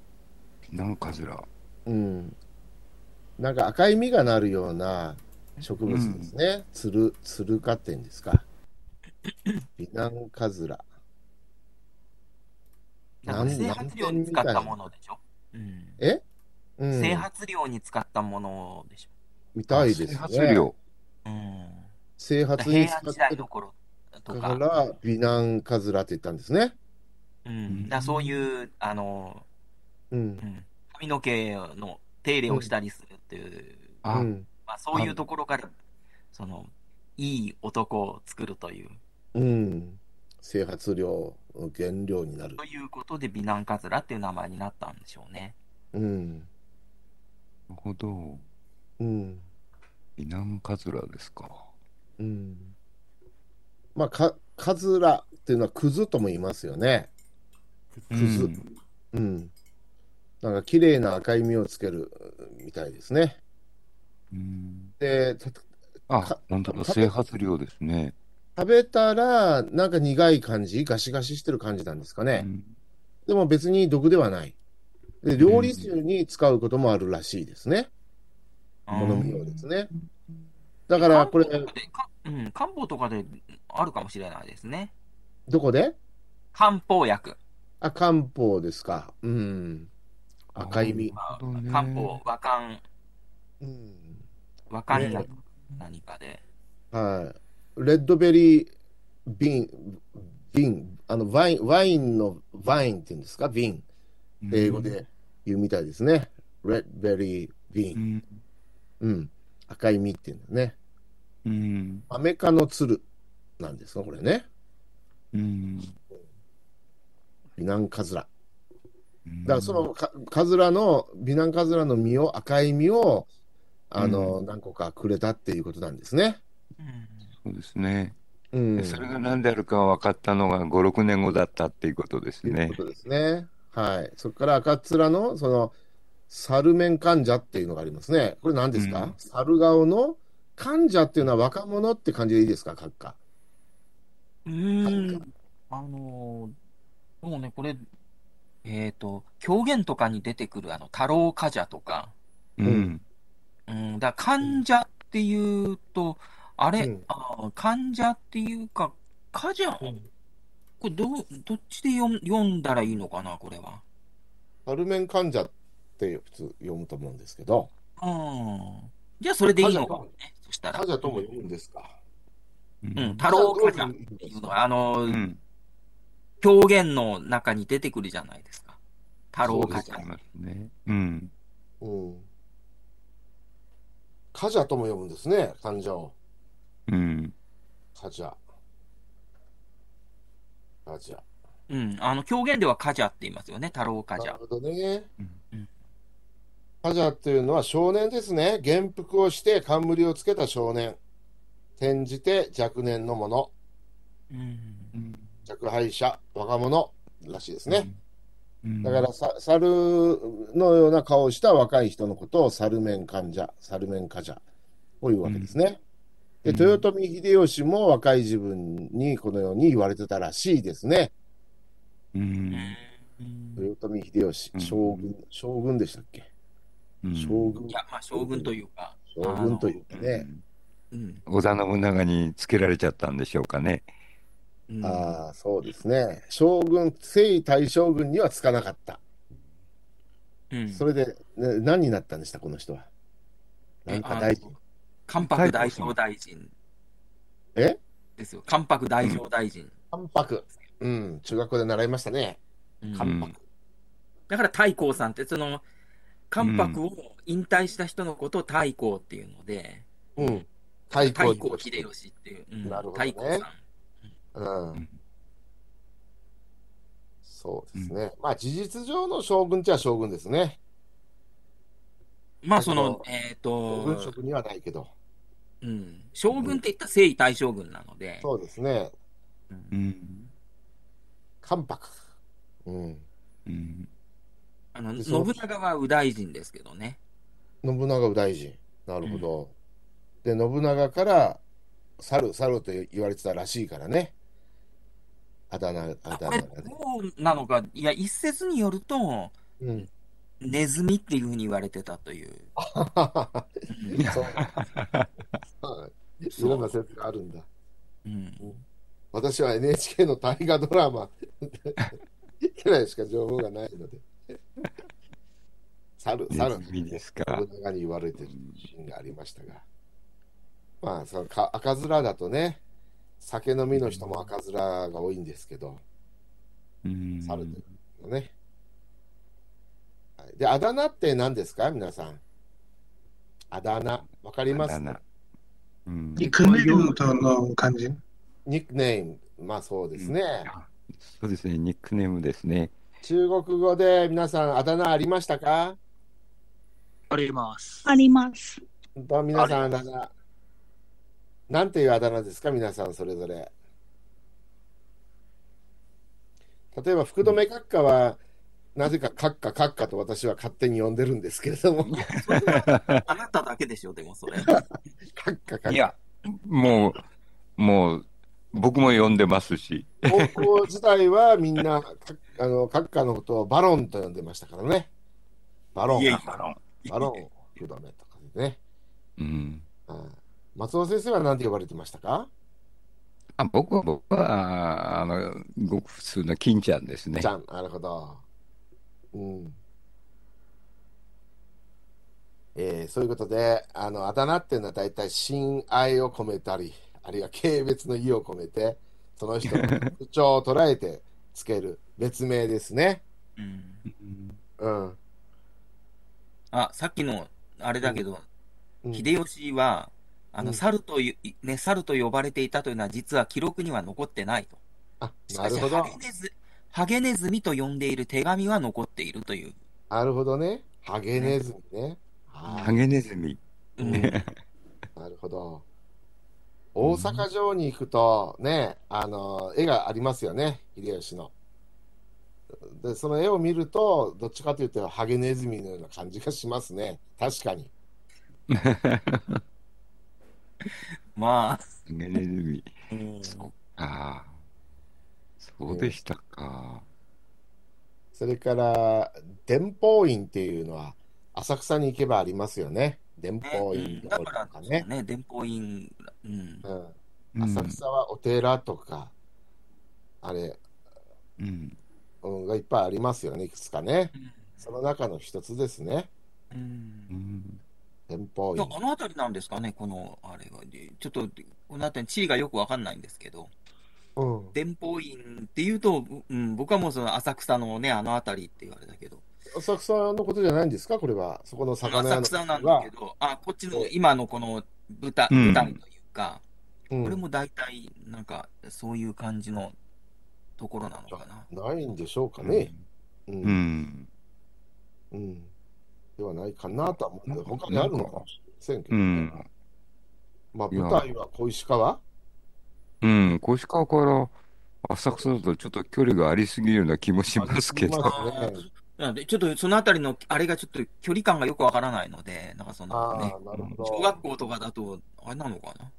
なんかずら
うん、なんか赤い実がなるような植物ですね。つる、つるかってんです か。美男カズラ。
なんか整髪料に使ったものでしょ、うん
えうん、
整髪料に使ったものでしょ、
みたいです
発
ね。
量
うん、
整髪に
平
使
安
っ
時代
てる
の頃と
か
か、
ら、美男カズラって言ったんですね。
うん、だからそういう、あの、
うん
う。ん、髪の毛の手入れをしたりするっていう、
う
あ、
ん。
まあ、そういうところから、その、いい男を作るという、
うん。整髪料、原料になる
と。いうことで美男カズラっていう名前になったんでしょうね。
うん。
なるほど
うん。
美男カズラですか
うん。まあ、か、カズラっていうのは、クズとも言いますよね。
ク
ズうん。なんか綺麗な赤い実をつけるうんみたいですね。
うん
で、た食
あ
か、
本当だ、
か
整髪量ですね。
べたら、なんか苦い感じ、ガシガシしてる感じなんですかね。でも別に毒ではない。で、料理中に使うこともあるらしいですね。
こ
こ
ん
の
身
実をですね。だから、これ、
うん、漢方とかであるかもしれないですね。
どこで
漢方薬、
あ、漢方ですか。うん。赤い実。
まあ
なるほどね
漢方、和漢、
うん。
和漢
ね
薬、何かで。
はい。レッドベリー瓶、瓶、あの、ワイン、ワインの、ワインっていうんですか、瓶。英語で、言うみたいですね。Red Berry
う
Bean。
ん。
うん。赤い実っていうんだね。
うん。
アメ科の鶴なんですか、これね。
うん。
美男カズラ。
うん
だからそのかカズラの、美男カズラの実を、赤い実を、あの、
う
何個かくれたっていうことなんですね。
そうですね。
うん。
それが何であるか分かったのが5、6年後だったっていうことです
という
ね
こ。とですね。はい。そこから赤面の、その、サルメン患者っていうのがありますね。これ何ですか、
うん
サル顔の患者っていうのは若者って感じでいいですか、閣下。
うーん。あのーもうね、これ、えっ、と、狂言とかに出てくる、あの、太郎冠者とか、
う
うん
ん。
うん、だから患者っていうと、あれ、
うん
あ患者っていうか、患者、これどう、どっちで読ん読んだらいいのかな、これは。
サルメン患者って普通読むと思うんですけど、
うん。じゃあ、それでいいのかもね、そしたら。
患者とも読むんですか。
うん
うん、太郎冠者っ
どういう意味
て
で
い
す
うの
か
は、あの
う
ー、
ん。
狂言の中に出てくるじゃないですか。太郎冠
そう
あり
者
ま。すね。うん。
うん。患者とも読むんですね、患者を。
うん。
患者。患者。
うん、あの、狂言では冠者って言いますよね、太郎冠
なるほ
者。
どね
うん。
パジャというのは少年ですね。元服をして冠をつけた少年。転じて若年の者、
うん。
若輩者、若者らしいですね。
うん。
だからさ、猿のような顔をした若い人のことを猿面患者、猿面患者を言うわけですね。
うん
で、豊臣秀吉も若い自分にこのように言われてたらしいですね。
うん、
うん
豊臣秀吉、将軍、将軍でしたっけ
うん
将軍
い、や、まあ、将軍というか、
将軍というかね。
うん。
織田信長につけられちゃったんでしょうかね。
うん
ああ、そうですね。将軍、征夷大将軍にはつかなかった。
うん
それで、ね、何になったんでした、この人は。なんか大臣。
関白大将大臣。
え
ですよ。関白大将大臣。
関白。うん、中学校で習いましたね。
うん
う
関
ん
白。
だから太閤さんって、その、関白を引退した人のことを太閤っていうので、
うん。太
太閤
鼓
秀吉っていう。うん
なるほど
太
ね
閤さん。
うん。そうですね。まあ、事実上の将軍っちゃ将軍ですね。
まあ、その
だ、け
えっ
将軍
と、
職にはないけど。
うん将軍って言ったら征夷大将軍なので、
そうですね。
うん。
関白。うん。
うん。
あの、
で
信
そう
長は右大臣ですけどね。
信長大臣。なるほど。で、信長から、猿、猿と言われてたらしいからね。あだ名、あ
あ
だ名
これ、
が
ど
ね。
うなのか、いや、一説によると、
うん。
ネズミっていうふうに言われてたという。
そう。はいいろんな説があるんだ。
うん
私は NHK の大河ドラマくらいしか情報がないので。猿、
ネ
猿、
ズミですか。
信長に言われてるシーンがありましたが。まあ、そのか赤面だとね、酒飲みの人も赤面が多いんですけど。
うん。
猿というのね。はいで、あだ名って何ですか皆さん。あだ名、わかりま
あだ
す
名うん。
ニックネームとの感じ。
ニックネーム、まあそうですね。
そうですね。ニックネームですね。
中国語で皆さん、あだ名ありましたか
あります。
あります。
本当皆さん、あだ名。なんていうあだ名ですか皆さん、それぞれ。例えば、福留閣下は、なぜか閣下閣下と私は勝手に呼んでるんですけれども、閣
それはあなただけでしょ、でも それ。
下閣下
いや、もう、もう、僕も呼んでますし。
高校時代はみんな、か あの、閣下のことをバロンと呼んでましたからね。バロン
いえいえ、
バロン。
バロン、福留とかでね。
うん。
うん松尾先生は何て呼ばれてましたか
あ僕は、僕は、あの、ごく普通の金ちゃんですね
ち。ゃん、なるほど。うん。えーそういうことで、あの、あだ名っていうのは大体、親愛を込めたり、あるいは軽蔑の意を込めて、その人の特徴を捉えてつける別名ですね。
うん
うん
うん。
あ、さっきの、あれだけど、
うん
秀吉は、あ
う
の、
ん
猿という、いね、猿と呼ばれていたというのは、実は記録には残ってないと。
あ、
し
な
か
る
し、
ほど
ハゲ。ネズ、ハゲネズミと呼んでいる手紙は残っているという。
なるほどね。ハゲネズミね。は
ハゲネズミ。
い。
うん
うんなるほど。大阪城に行くと、ね、あの、絵がありますよね、秀吉の。で、その絵を見ると、どっちかというと、ハゲネズミのような感じがしますね。確かに。
まあ、
ハゲネズミ。
うん
ああ。そうでしたか。
それから、伝法院っていうのは、浅草に行けばありますよね。伝
ね
法
う
院
ん
の
だ
と
から
か、 ね。
ね、伝法院、うん、
うん
うん
浅草はお寺とか、あれ、
うん。
うんがいっぱいありますよね、いくつかね。その中の一つですね、
うん
う。ん。
天保
いや
院。
この辺りなんですかね、この、あれが。でちょっと、この辺り、地位がよくわかんないんですけど、
うん、
伝法院っていうと、うん、僕はもうその浅草のね、あの辺りって言われだけど、
浅草のことじゃないんですか、これは。そこの魚屋
浅
の
草なん
ことは
だけど、あ、こっちの今のこの舞台、
うん
舞台というか、
うん
これも大体、なんか、そういう感じのところなのかな。
ないんでしょうかね。う。
うんん。
うん。ではないかなとは思うんで、他にあるのかもしれませんけ
う
ど
ん
ね。。まあ、舞台は小石川
うん。越川から浅草だとちょっと距離がありすぎるような気もしますけ
あ
ど。
そうですね
なので、ちょっとそのあたりの、あれがちょっと距離感がよくわからないので、なんかそ
あ
の
あ
ね、、
なるほ
小
ど
学。校とかだと、あれなのかな。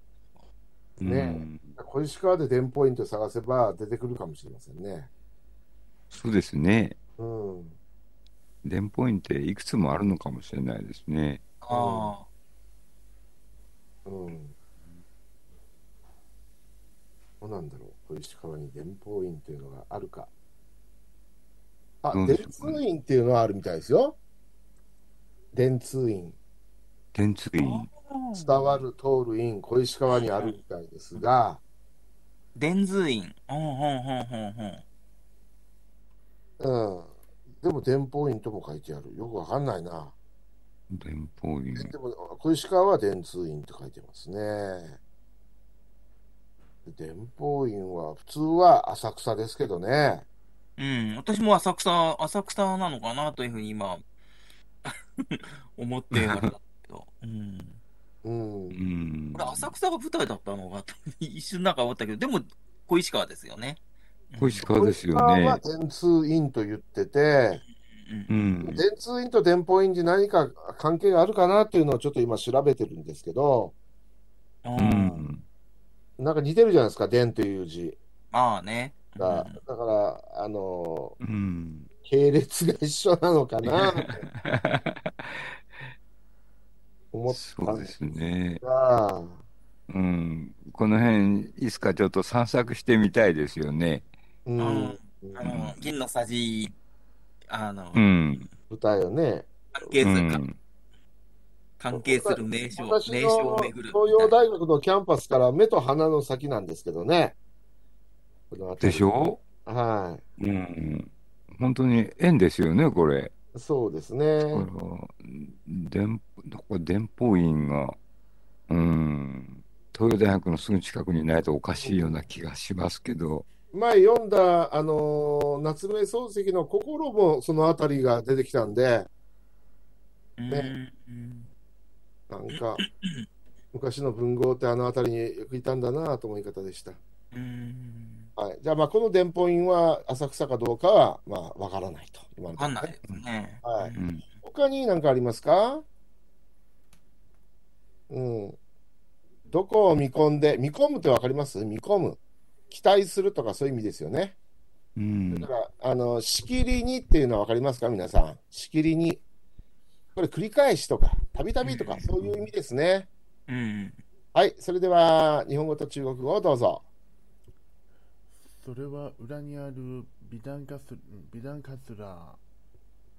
ね
うん
小石川で伝法院と探せば出てくるかもしれませんね。
そうですね。
うん。
伝法院っていくつもあるのかもしれないですね。
あ
うん。どうなんだろう、小石川に伝法院というのがあるか。あ、
どう
伝
でしょうかね
通院っていうのはあるみたいですよ。伝通院、
天通院。
伝わる、通る院、小石川にあるみたいですが、
伝通院。ほんほんほんほんほん。
うん。でも伝法院とも書いてある。よくわかんないな。
伝法院
え。でも、小石川は伝通院って書いてますね。伝法院は、普通は浅草ですけどね。
うん、私も浅草、浅草なのかなというふうに今、 思ってあれだけど。うん。
うん
う。ん
これ。浅草が舞台だったのかと、 一瞬なんか思ったけど、でも、小石川ですよね。
小石川ですよ
小石川
ね
は。電通院と言ってて、
うん。
うん。
電通院と電報院に何か関係があるかなっていうのをちょっと今調べてるんですけど、
うん
う
うん
ん。
なんか似てるじゃないですか、電という字
まあね。
が。だから、あの、
うん。
系列が一緒なのかなと思った
そ
ん
うで
です
すね。
が、
うん。この辺、いつかちょっと散策してみたいですよね。
う
うん
ん、
あの、銀のさじ、あの
う、ん。
舞台をね、
関係
う
するか、
ん。
関係する名称、
私
名
の
称を巡るみたいな。
東洋大学のキャンパスから目と鼻の先なんですけどね。この辺り
でしょ
は
うん。本当に縁ですよね、これ。
い。そうですね。
これ伝ここ伝法院が、うん。東洋大学のすぐ近くにないとおかしいような気がしますけど。
前読んだ、あのー夏目漱石の心もそのあたりが出てきたんで、ね
うん
なん か、昔の文豪ってあのあたりによくいたんだなと思い方でした。
うん。
はい、じゃあ、まあ、この伝法院は浅草かどうかは、まあ、わからないと。今の
わ
とこ
か
ろ
ん
ね
ないですね。
はい
うん。
他に何かありますかうん。どこを見込んで、見込むってわかります見込む。期待するとかそういう意味ですよね。
うん
だ。から、あの、しきりにっていうのは分かりますか、皆さん。しきりに。これ、繰り返しとか、たびたびとか、そういう意味ですね。
うん。
はい、それでは、日本語と中国語をどうぞ。
それは裏にある美談カス美談カスラ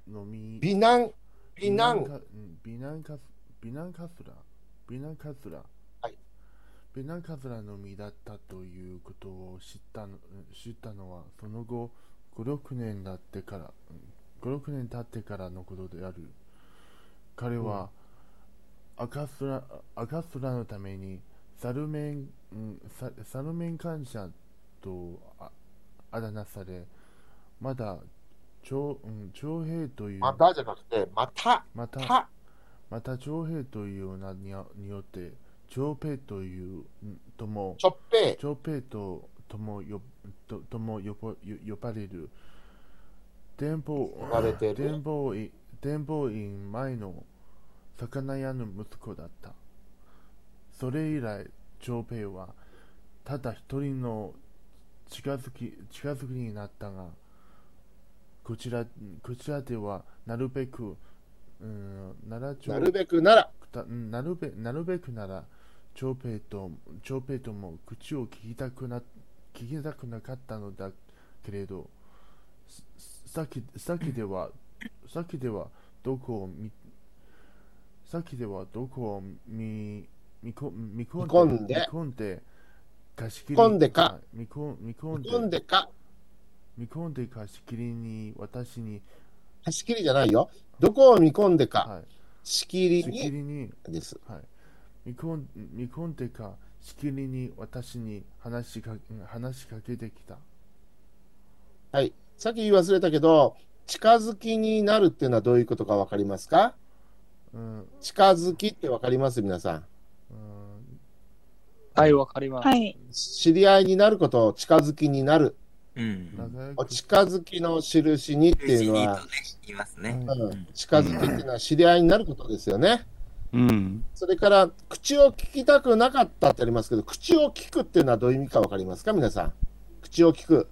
のみ
美男、美男、
かうん美男カス美男カスラ美男カスラ
はい
美男カスラの実だったということを知ったの知ったのはその後56年だってから56年経ってからのことである彼は、赤スラ赤スラのためにサルメン、うん、ササルメン感謝とああだ名されまだ徴、うん、徴兵という
またじゃなくて、また、
また
た、
また徴兵という名によによって徴兵といううんとも
ちょっぺ
長平とともよととも呼ば呼ばれる伝法
呼ばれてる
伝法院伝法院前の魚屋の息子だったそれ以来長平はただ一人の近づき近づきになったがこちらこちらではなるべく、うん、奈良
え、な
町
るべくなら、
たなるべなるべくなら長平と長平とも口を聞きたくな聞きたくなかったのだけれどすさっきさっきではさっきではどこを見さっきではどこを見見こ見込んで
見
見込んで貸し切り
見込んでか
あ見込見込んで
飲んでか、
見込んで貸し切りに私に
貸し切りじゃないよ。どこを見込んでか、
はい
しきり
し
に
きりに
です。
はい、見込ん見込んでかしきりに私に話しかうん話しかけてきた
はい。さっき言い忘れたけど、近づきになるっていうのはどういうことかわかりますか
うん
近づきってわかります皆さん。
うん
はい、わかります。
はい。
知り合いになることを近づきになる。
うん。
仲良
お
く
近づきの印にっていうの
いいと
は
ね、、言いますね。
はいう
うん
ん、近づきっていうのは知り合いになることですよね。
うん。
それから、口を聞きたくなかったってありますけど、口を聞くっていうのはどういう意味かわかりますか皆さん。口を聞く。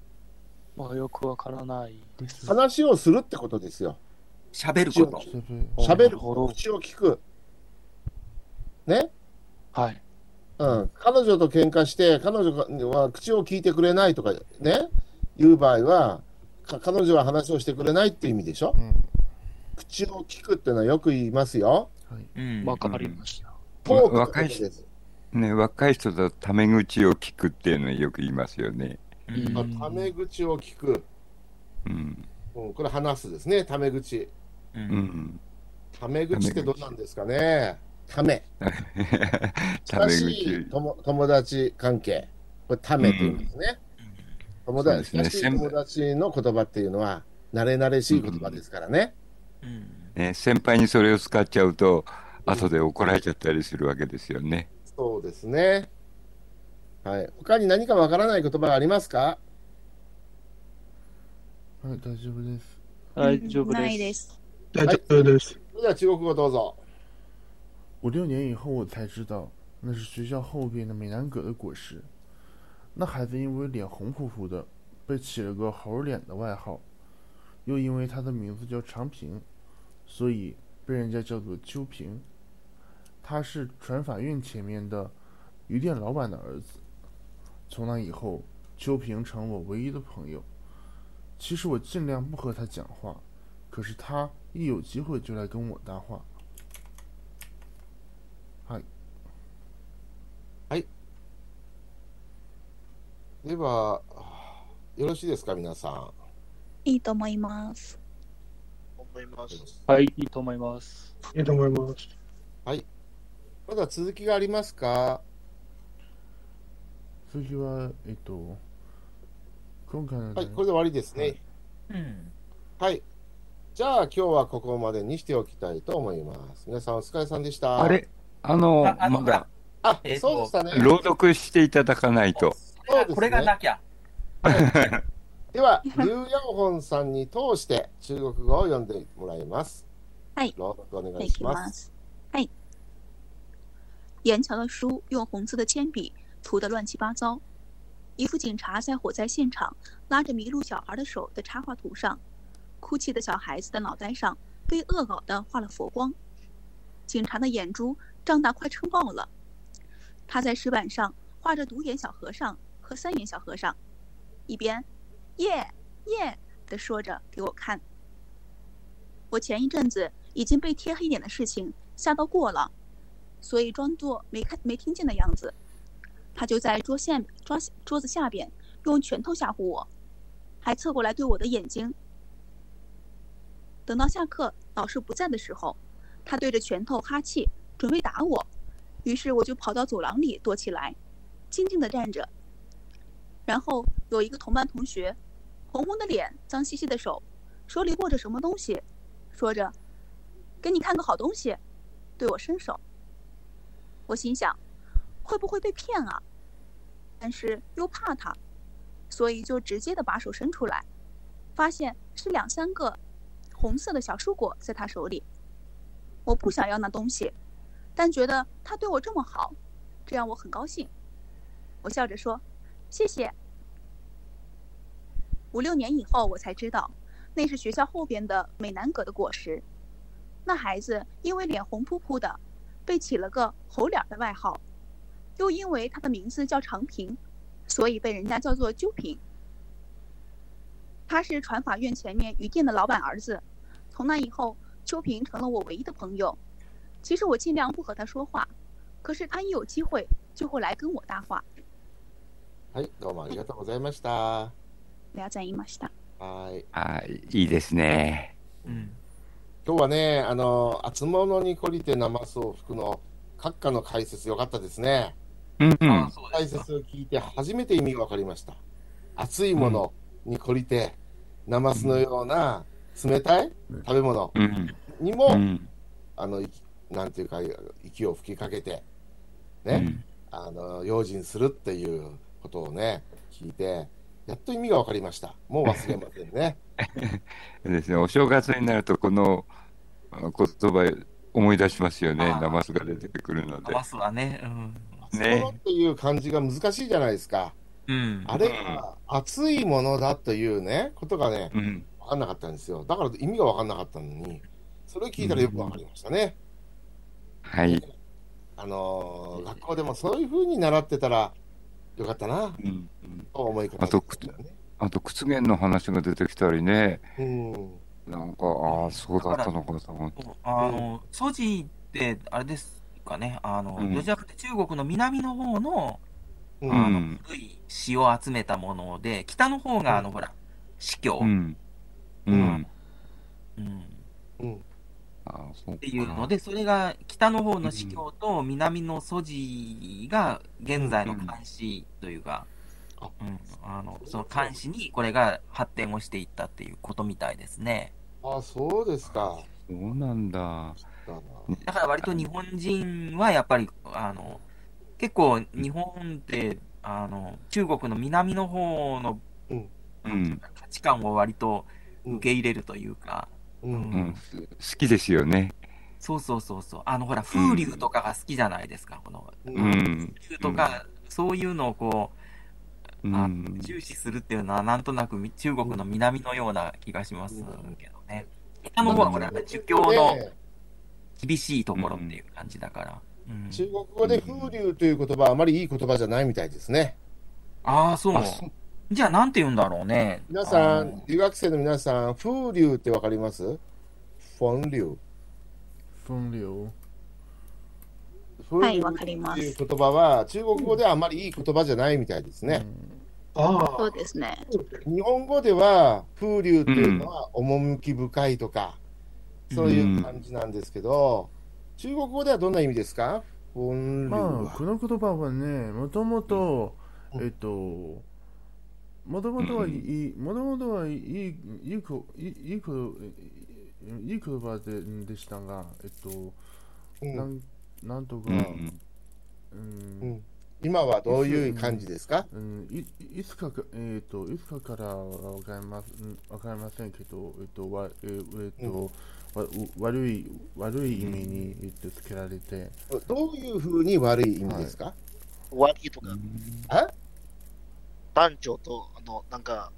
まあ、よくわからないです。
話をするってことですよ。
喋ること。
してる
喋る
なるほど
口を聞く。ね
はい。
うん、彼女と喧嘩して、彼女は口を聞いてくれないとかね、いう場合は、か彼女は話をしてくれないっていう意味でしょ
うん
口を聞くってのはよく言いますよ。
はい
うん
わかりました。
トークのこ
若
と
い
で
人
す。
ね、若い人だとタメ口を聞くっていうのはよく言いますよね。
う
うん
ん。
タメ口を聞く。
うん。
うん、これ話すですね、タメ口。
う。
うん ん。
タメ口ってどうなんですかね。タメ。
タメ
親し
口
い。友友達関係。これタメって言うんですね。友
そうで
達、
すね
親しい友達の言葉っていうのは、慣れ慣れしい言葉ですからね。
うん。
ね、先輩にそれを使っちゃうと、後で怒られちゃったりするわけですよね。
そうですね。はい。他に何かわからない言葉がありますか
はい大丈夫です
大丈夫です。
ないです。
大丈夫です。
それでは中国語どうぞ。
五六年以后我才知道那是学校后边的美男葛的果实那孩子因为脸红扑扑的被起了个猴脸的外号又因为他的名字叫长平所以被人家叫做秋平他是传法院前面的鱼店老板的儿子。从那以后，秋平成我唯一的朋友。其实我尽量不和他讲话，可是他一有机会就来跟我搭话。
では、よろしいですか、皆さん。
いいと思います。
思います。
はい、いいと思います。
いいと思います。
まだ続きがありますか
次はえっと今回の、
はい、これで終わりですね。
うん。
はい。じゃあ、今日はここまでにしておきたいと思います。皆さん、お疲れさんでした。
あれあの、
ああの
まだ、
あ
え、っと
そうでしたね。
朗読していただかないと。
そうですね
これがなきゃ。
では、劉ヤオホンさんに通して中国語を読んでもらいます。
はい
朗読お願い
い
し
き
ます。
ます。はい。严乔的书用红色的铅笔涂得乱七八糟。一副警察在火灾现场拉着迷路小孩的手的插画图上，哭泣的小孩子的脑袋上被恶搞的画了佛光，警察的眼珠胀大快撑爆了。他在石板上画着独眼小和尚和三眼小和尚，一边“耶耶”的说着给我看。我前一阵子已经被贴黑点的事情吓到过了，所以装作没看没听见的样子。他就在桌线桌桌子下边用拳头吓唬我，还侧过来对我的眼睛。等到下课老师不在的时候，他对着拳头哈气，准备打我。于是我就跑到走廊里躲起来，静静地站着。然后有一个同班同学，红红的脸，脏兮兮的手，手里握着什么东西，说着：“给你看个好东西。”对我伸手。我心想，会不会被骗啊？但是又怕他，所以就直接的把手伸出来，发现是两三个红色的小蔬果在他手里。我不想要那东西，但觉得他对我这么好，这让我很高兴。我笑着说：“谢谢。”五六年以后，我才知道，那是学校后边的美南阁的果实。那孩子因为脸红扑扑的，被起了个“猴脸”的外号，又因为他的名字叫长平，所以被人家叫做鸠平。他是传法院前面鱼店的老板儿子。从那以后，秋平成了我唯一的朋友。其实我尽量不和他说话，可是他一有机会就会来跟我搭话。
はい、どうもありがとうございました。は
聊在伊玛西达，
い。
はい、いいですね。
うん。
今日はね、あの、厚物に懲りて生すを吹くの、閣下の解説よかったですね。
うん、う
あ
ん
あ、、そうで
解
すか。
説を聞いて初めて意味が分かりました。熱いものに懲りて、生すのような冷たい食べ物
うん、
に
う
も、
ん、
あの、いなんていうか、息を吹きかけて、
う
ね、
ん、
あの、用心するっていうことをね、聞いて、やっと意味が分かりました。もう忘れませんね。
そうですね。お正月になるとこのあ言葉思い出しますよね。
ああ
生酢が出てくるので
マ。スはね、うん。
ものっ
ね、
ていう漢字が難しいじゃないですか。
うん。
あれが熱いものだというね、ことがね、
うん、
分かんなかったんですよ。だから意味が分かんなかったのに、それを聞いたらよく分かりましたね。
はい、
あのー学校でもそういう風に習ってたらよかったな、
うん。
と思い方
あと
ですよね。
あと屈原の話が出てきたりね。
うん。
なんかああそうだったのかと思って。
あの、ソジって、あれですかね、あの、
うん
どちらかというと中国の南の方の
うん。
う
うん
ん、
古い詩を集めたもので、北の方が、あの、ほら、司教、
う
うん
ん、うん。
っ
うん。
ああそうか。
ていうので、それが北の方の司教と南のソジが現在の監視というか、うんあのその監視にこれが発展をしていったっていうことみたいですね。
あ、そうですか。
そうなんだ。
だな
だから割と日本人はやっぱり、あの、結構日本って、あの、中国の南の方の
うん、
価値観を割と
うん
受け入れるというか、
う。
うん
うん、す好きですよね。
そうそうそうそう、あのほら、風流とかが好きじゃないですか、この、
う。
うんん、
風流とか、そういうのをこ
う
う、あ
ん、
重視するっていうのは、なんとなくみ中国の南のような気がしますけどね。北の方はほら、儒教の
で
厳しいところっていう感じだから。うん
中国語で風流という言葉はあまりいい言葉じゃないみたいですね。
ああ、そう
あ。そ
じゃあ、なんて言うんだろうね。
皆さ
あ
ん
の、
留学生の皆さん、風流ってわかります風流。
风流
風流
わかりま
っていう
す。
言葉は中国語ではあまりいい言葉じゃないみたいですね。
あ
そうですね。
日本語では風流というのは趣深いとか、そういう感じなんですけど、中国語ではどんな意味ですか風流
まあ
は。
この言葉はねもともと
うん
えっともともとはいい、もともとはいい、いいこ、いい、いいこ、いいいい言葉ででしたが、えっと、
うん
なん、なんとか
う、ん、
うん
うん今はどういう感じですか、
うん、いいつかか、えっ、と、いつかからはわかります、うん、わかりませんけど、えっ、と、わ、えっ、えっと、わう悪い、悪い意味に、えっ、と、つけられて、
どういうふうに悪い意味ですか、
終わりとか、
え
男女と、あの、なんか、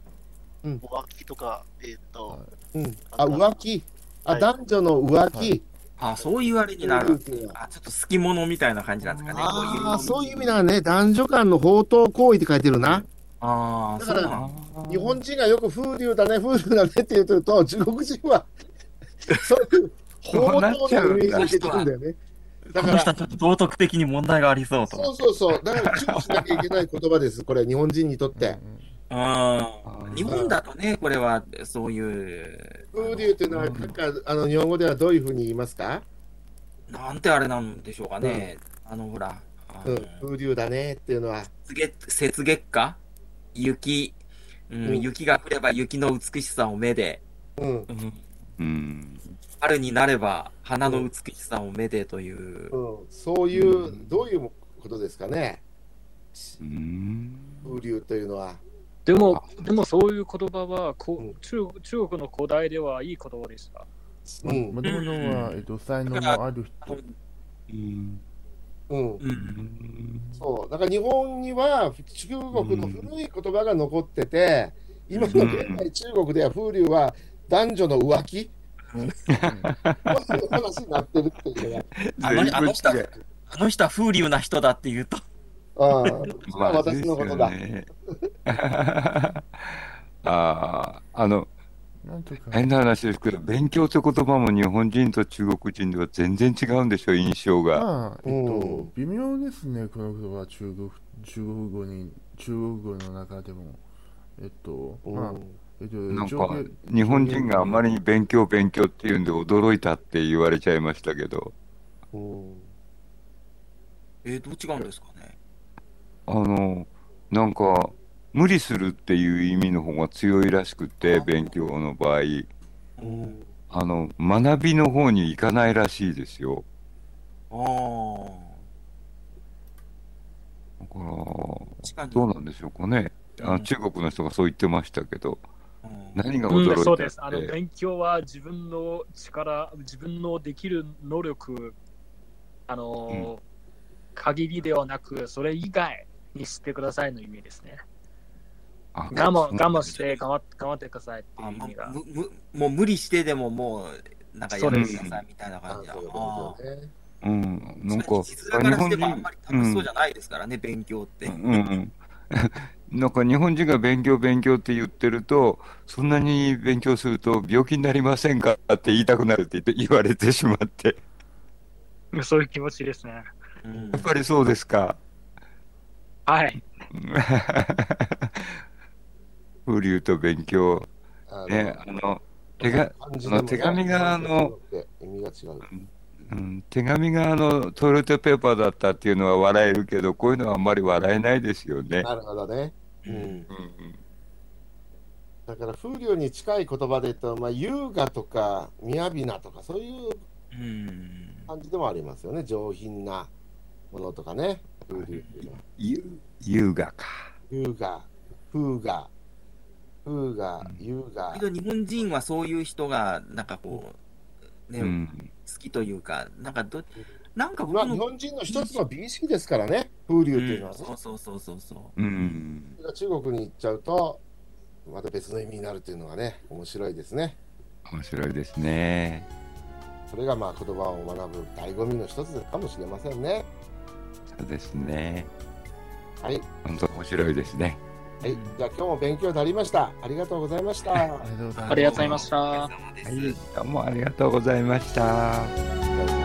うん
浮気とか、えっ、と、
うん、あ、浮気。あ、
はい
男女の浮気。
はい
あそういうあれになる
そういう意味。
あ、ちょっと好き者みたいな感じなんですかね。こういう
ああ、そういう意味だね。男女間の放蕩行為って書いてるな。
ああ、
だ
そ
か
う
ら
なの
日本人がよく風流だね、風流だねって言うとると、中国人は そういう
こうなっちゃう
報道のイメー
んだ
ジが出てくるんだよ ね。だ
こ
か
の人
ら、
はちょっと道徳的に問題がありそうと。
そうそうそう、だから注意しなきゃいけない言葉です、これ、日本人にとって。
うん。日本だとね、これは、そういう。
風流というのは、なんかあの日本語ではどういうふうに言いますか
なんてあれなんでしょうかね。あの、ほら、あ
う
の
ん、風流だねっていうのは、
雪雪月花雪、うん
うん
雪が降れば雪の美しさを目で、
うん、
うん。
春になれば花の美しさを目でという、
うん、そういう、どういうことですかね、
うん。
風流というのは。
でも、でもそういう言葉はこ
うん
中中国の古代ではいい言葉でした。
うん、
もともとは、えっと、才能のある人。
うん。
うん、
うん
そう、だから日本には中国の古い言葉が残ってて、今の現代中国では風流は男女の浮気、そういう話になってるっていうね。
あのあの人は
全
あの人は風流な人だって言うと、
うん、
まあ
私のことだ。
ですよね ああ、あの、
なんとか。
変な話ですけど、勉強って言葉も日本人と中国人では全然違うんでしょ、印象が。
まあ、えっ
う
と
ん、
微妙ですね、この言葉は中国、中国語に、中国語の中でも。えっと、まあ、えっと、
なん
上
か
下、
日本人があんまりに勉強、勉強って言うんで驚いたって言われちゃいましたけど、
うん
えー、どう違うんですかね。
あの、なんか、無理するっていう意味の方が強いらしくて、勉強の場合、
うん
あの、学びの方に行かないらしいですよ。
ああ。
だから、ど
確かに。
うなんでしょうかね。あ
うん
中国の人がそう言ってましたけど、
うん
何が
うん、そう
驚
で
い
す。
た
あ
っ
の
て、
勉強は自分の力、自分のできる能力、あの、限りではなく、それ以外にしてくださいの意味ですね。
あ
我慢、
そう
我慢して頑張っ頑張ってくださいってい
あ
う意
も
味が。
うむむもう無理してでももう、なんかやめてくださいみたいな感じだ。
そういう
あ
こ
ー
とね
うん、なんか、
実際から
日
す
本
ればあん
人
まり楽しそうじゃないですからね、勉強って。
うんうん、 なんか日本人が勉強勉強って言ってると、そんなに勉強すると病気になりませんかって言いたくなるって言って言われてしま って、
そういう気持ちですね。
うん
やっぱりそうですか。
はい。
うん風流と勉強、
あの
ね、あの、手が、
漢字でもね
手紙があの、
意味が違う。
うん、手紙があのトイレットペーパーだったっていうのは笑えるけど、こういうのはあんまり笑えないですよね。
なるほどね。うん、
うん
だから風流に近い言葉で言うと、まあ、優雅とか雅なとかそういう
うん
感じでもありますよね上品なものとかね風流っていうのは
優優雅か。
優雅風雅風雅優雅
けど日本人はそういう人が、なんかこう、ね、
うん
好きというか、なんかど、なんか僕
まあ、
の
日本人の一つの美意識ですからね、風流
う
っていうの
ん
はね。
そうそうそうそうそ
うん
それが中国に行っちゃうと、また別の意味になるっていうのがね、面白いですね。
面白いですね。
それがまあ言葉を学ぶ醍醐味の一つかもしれませんね。
そうですね。
はい、は
本当面白いですね。
い、じゃあ今日も勉強になりました。ありがとうございました。
ありがとうございます
ありがとうございまし
う。
た。
はい、どうもありがとうございました。
お疲れ様です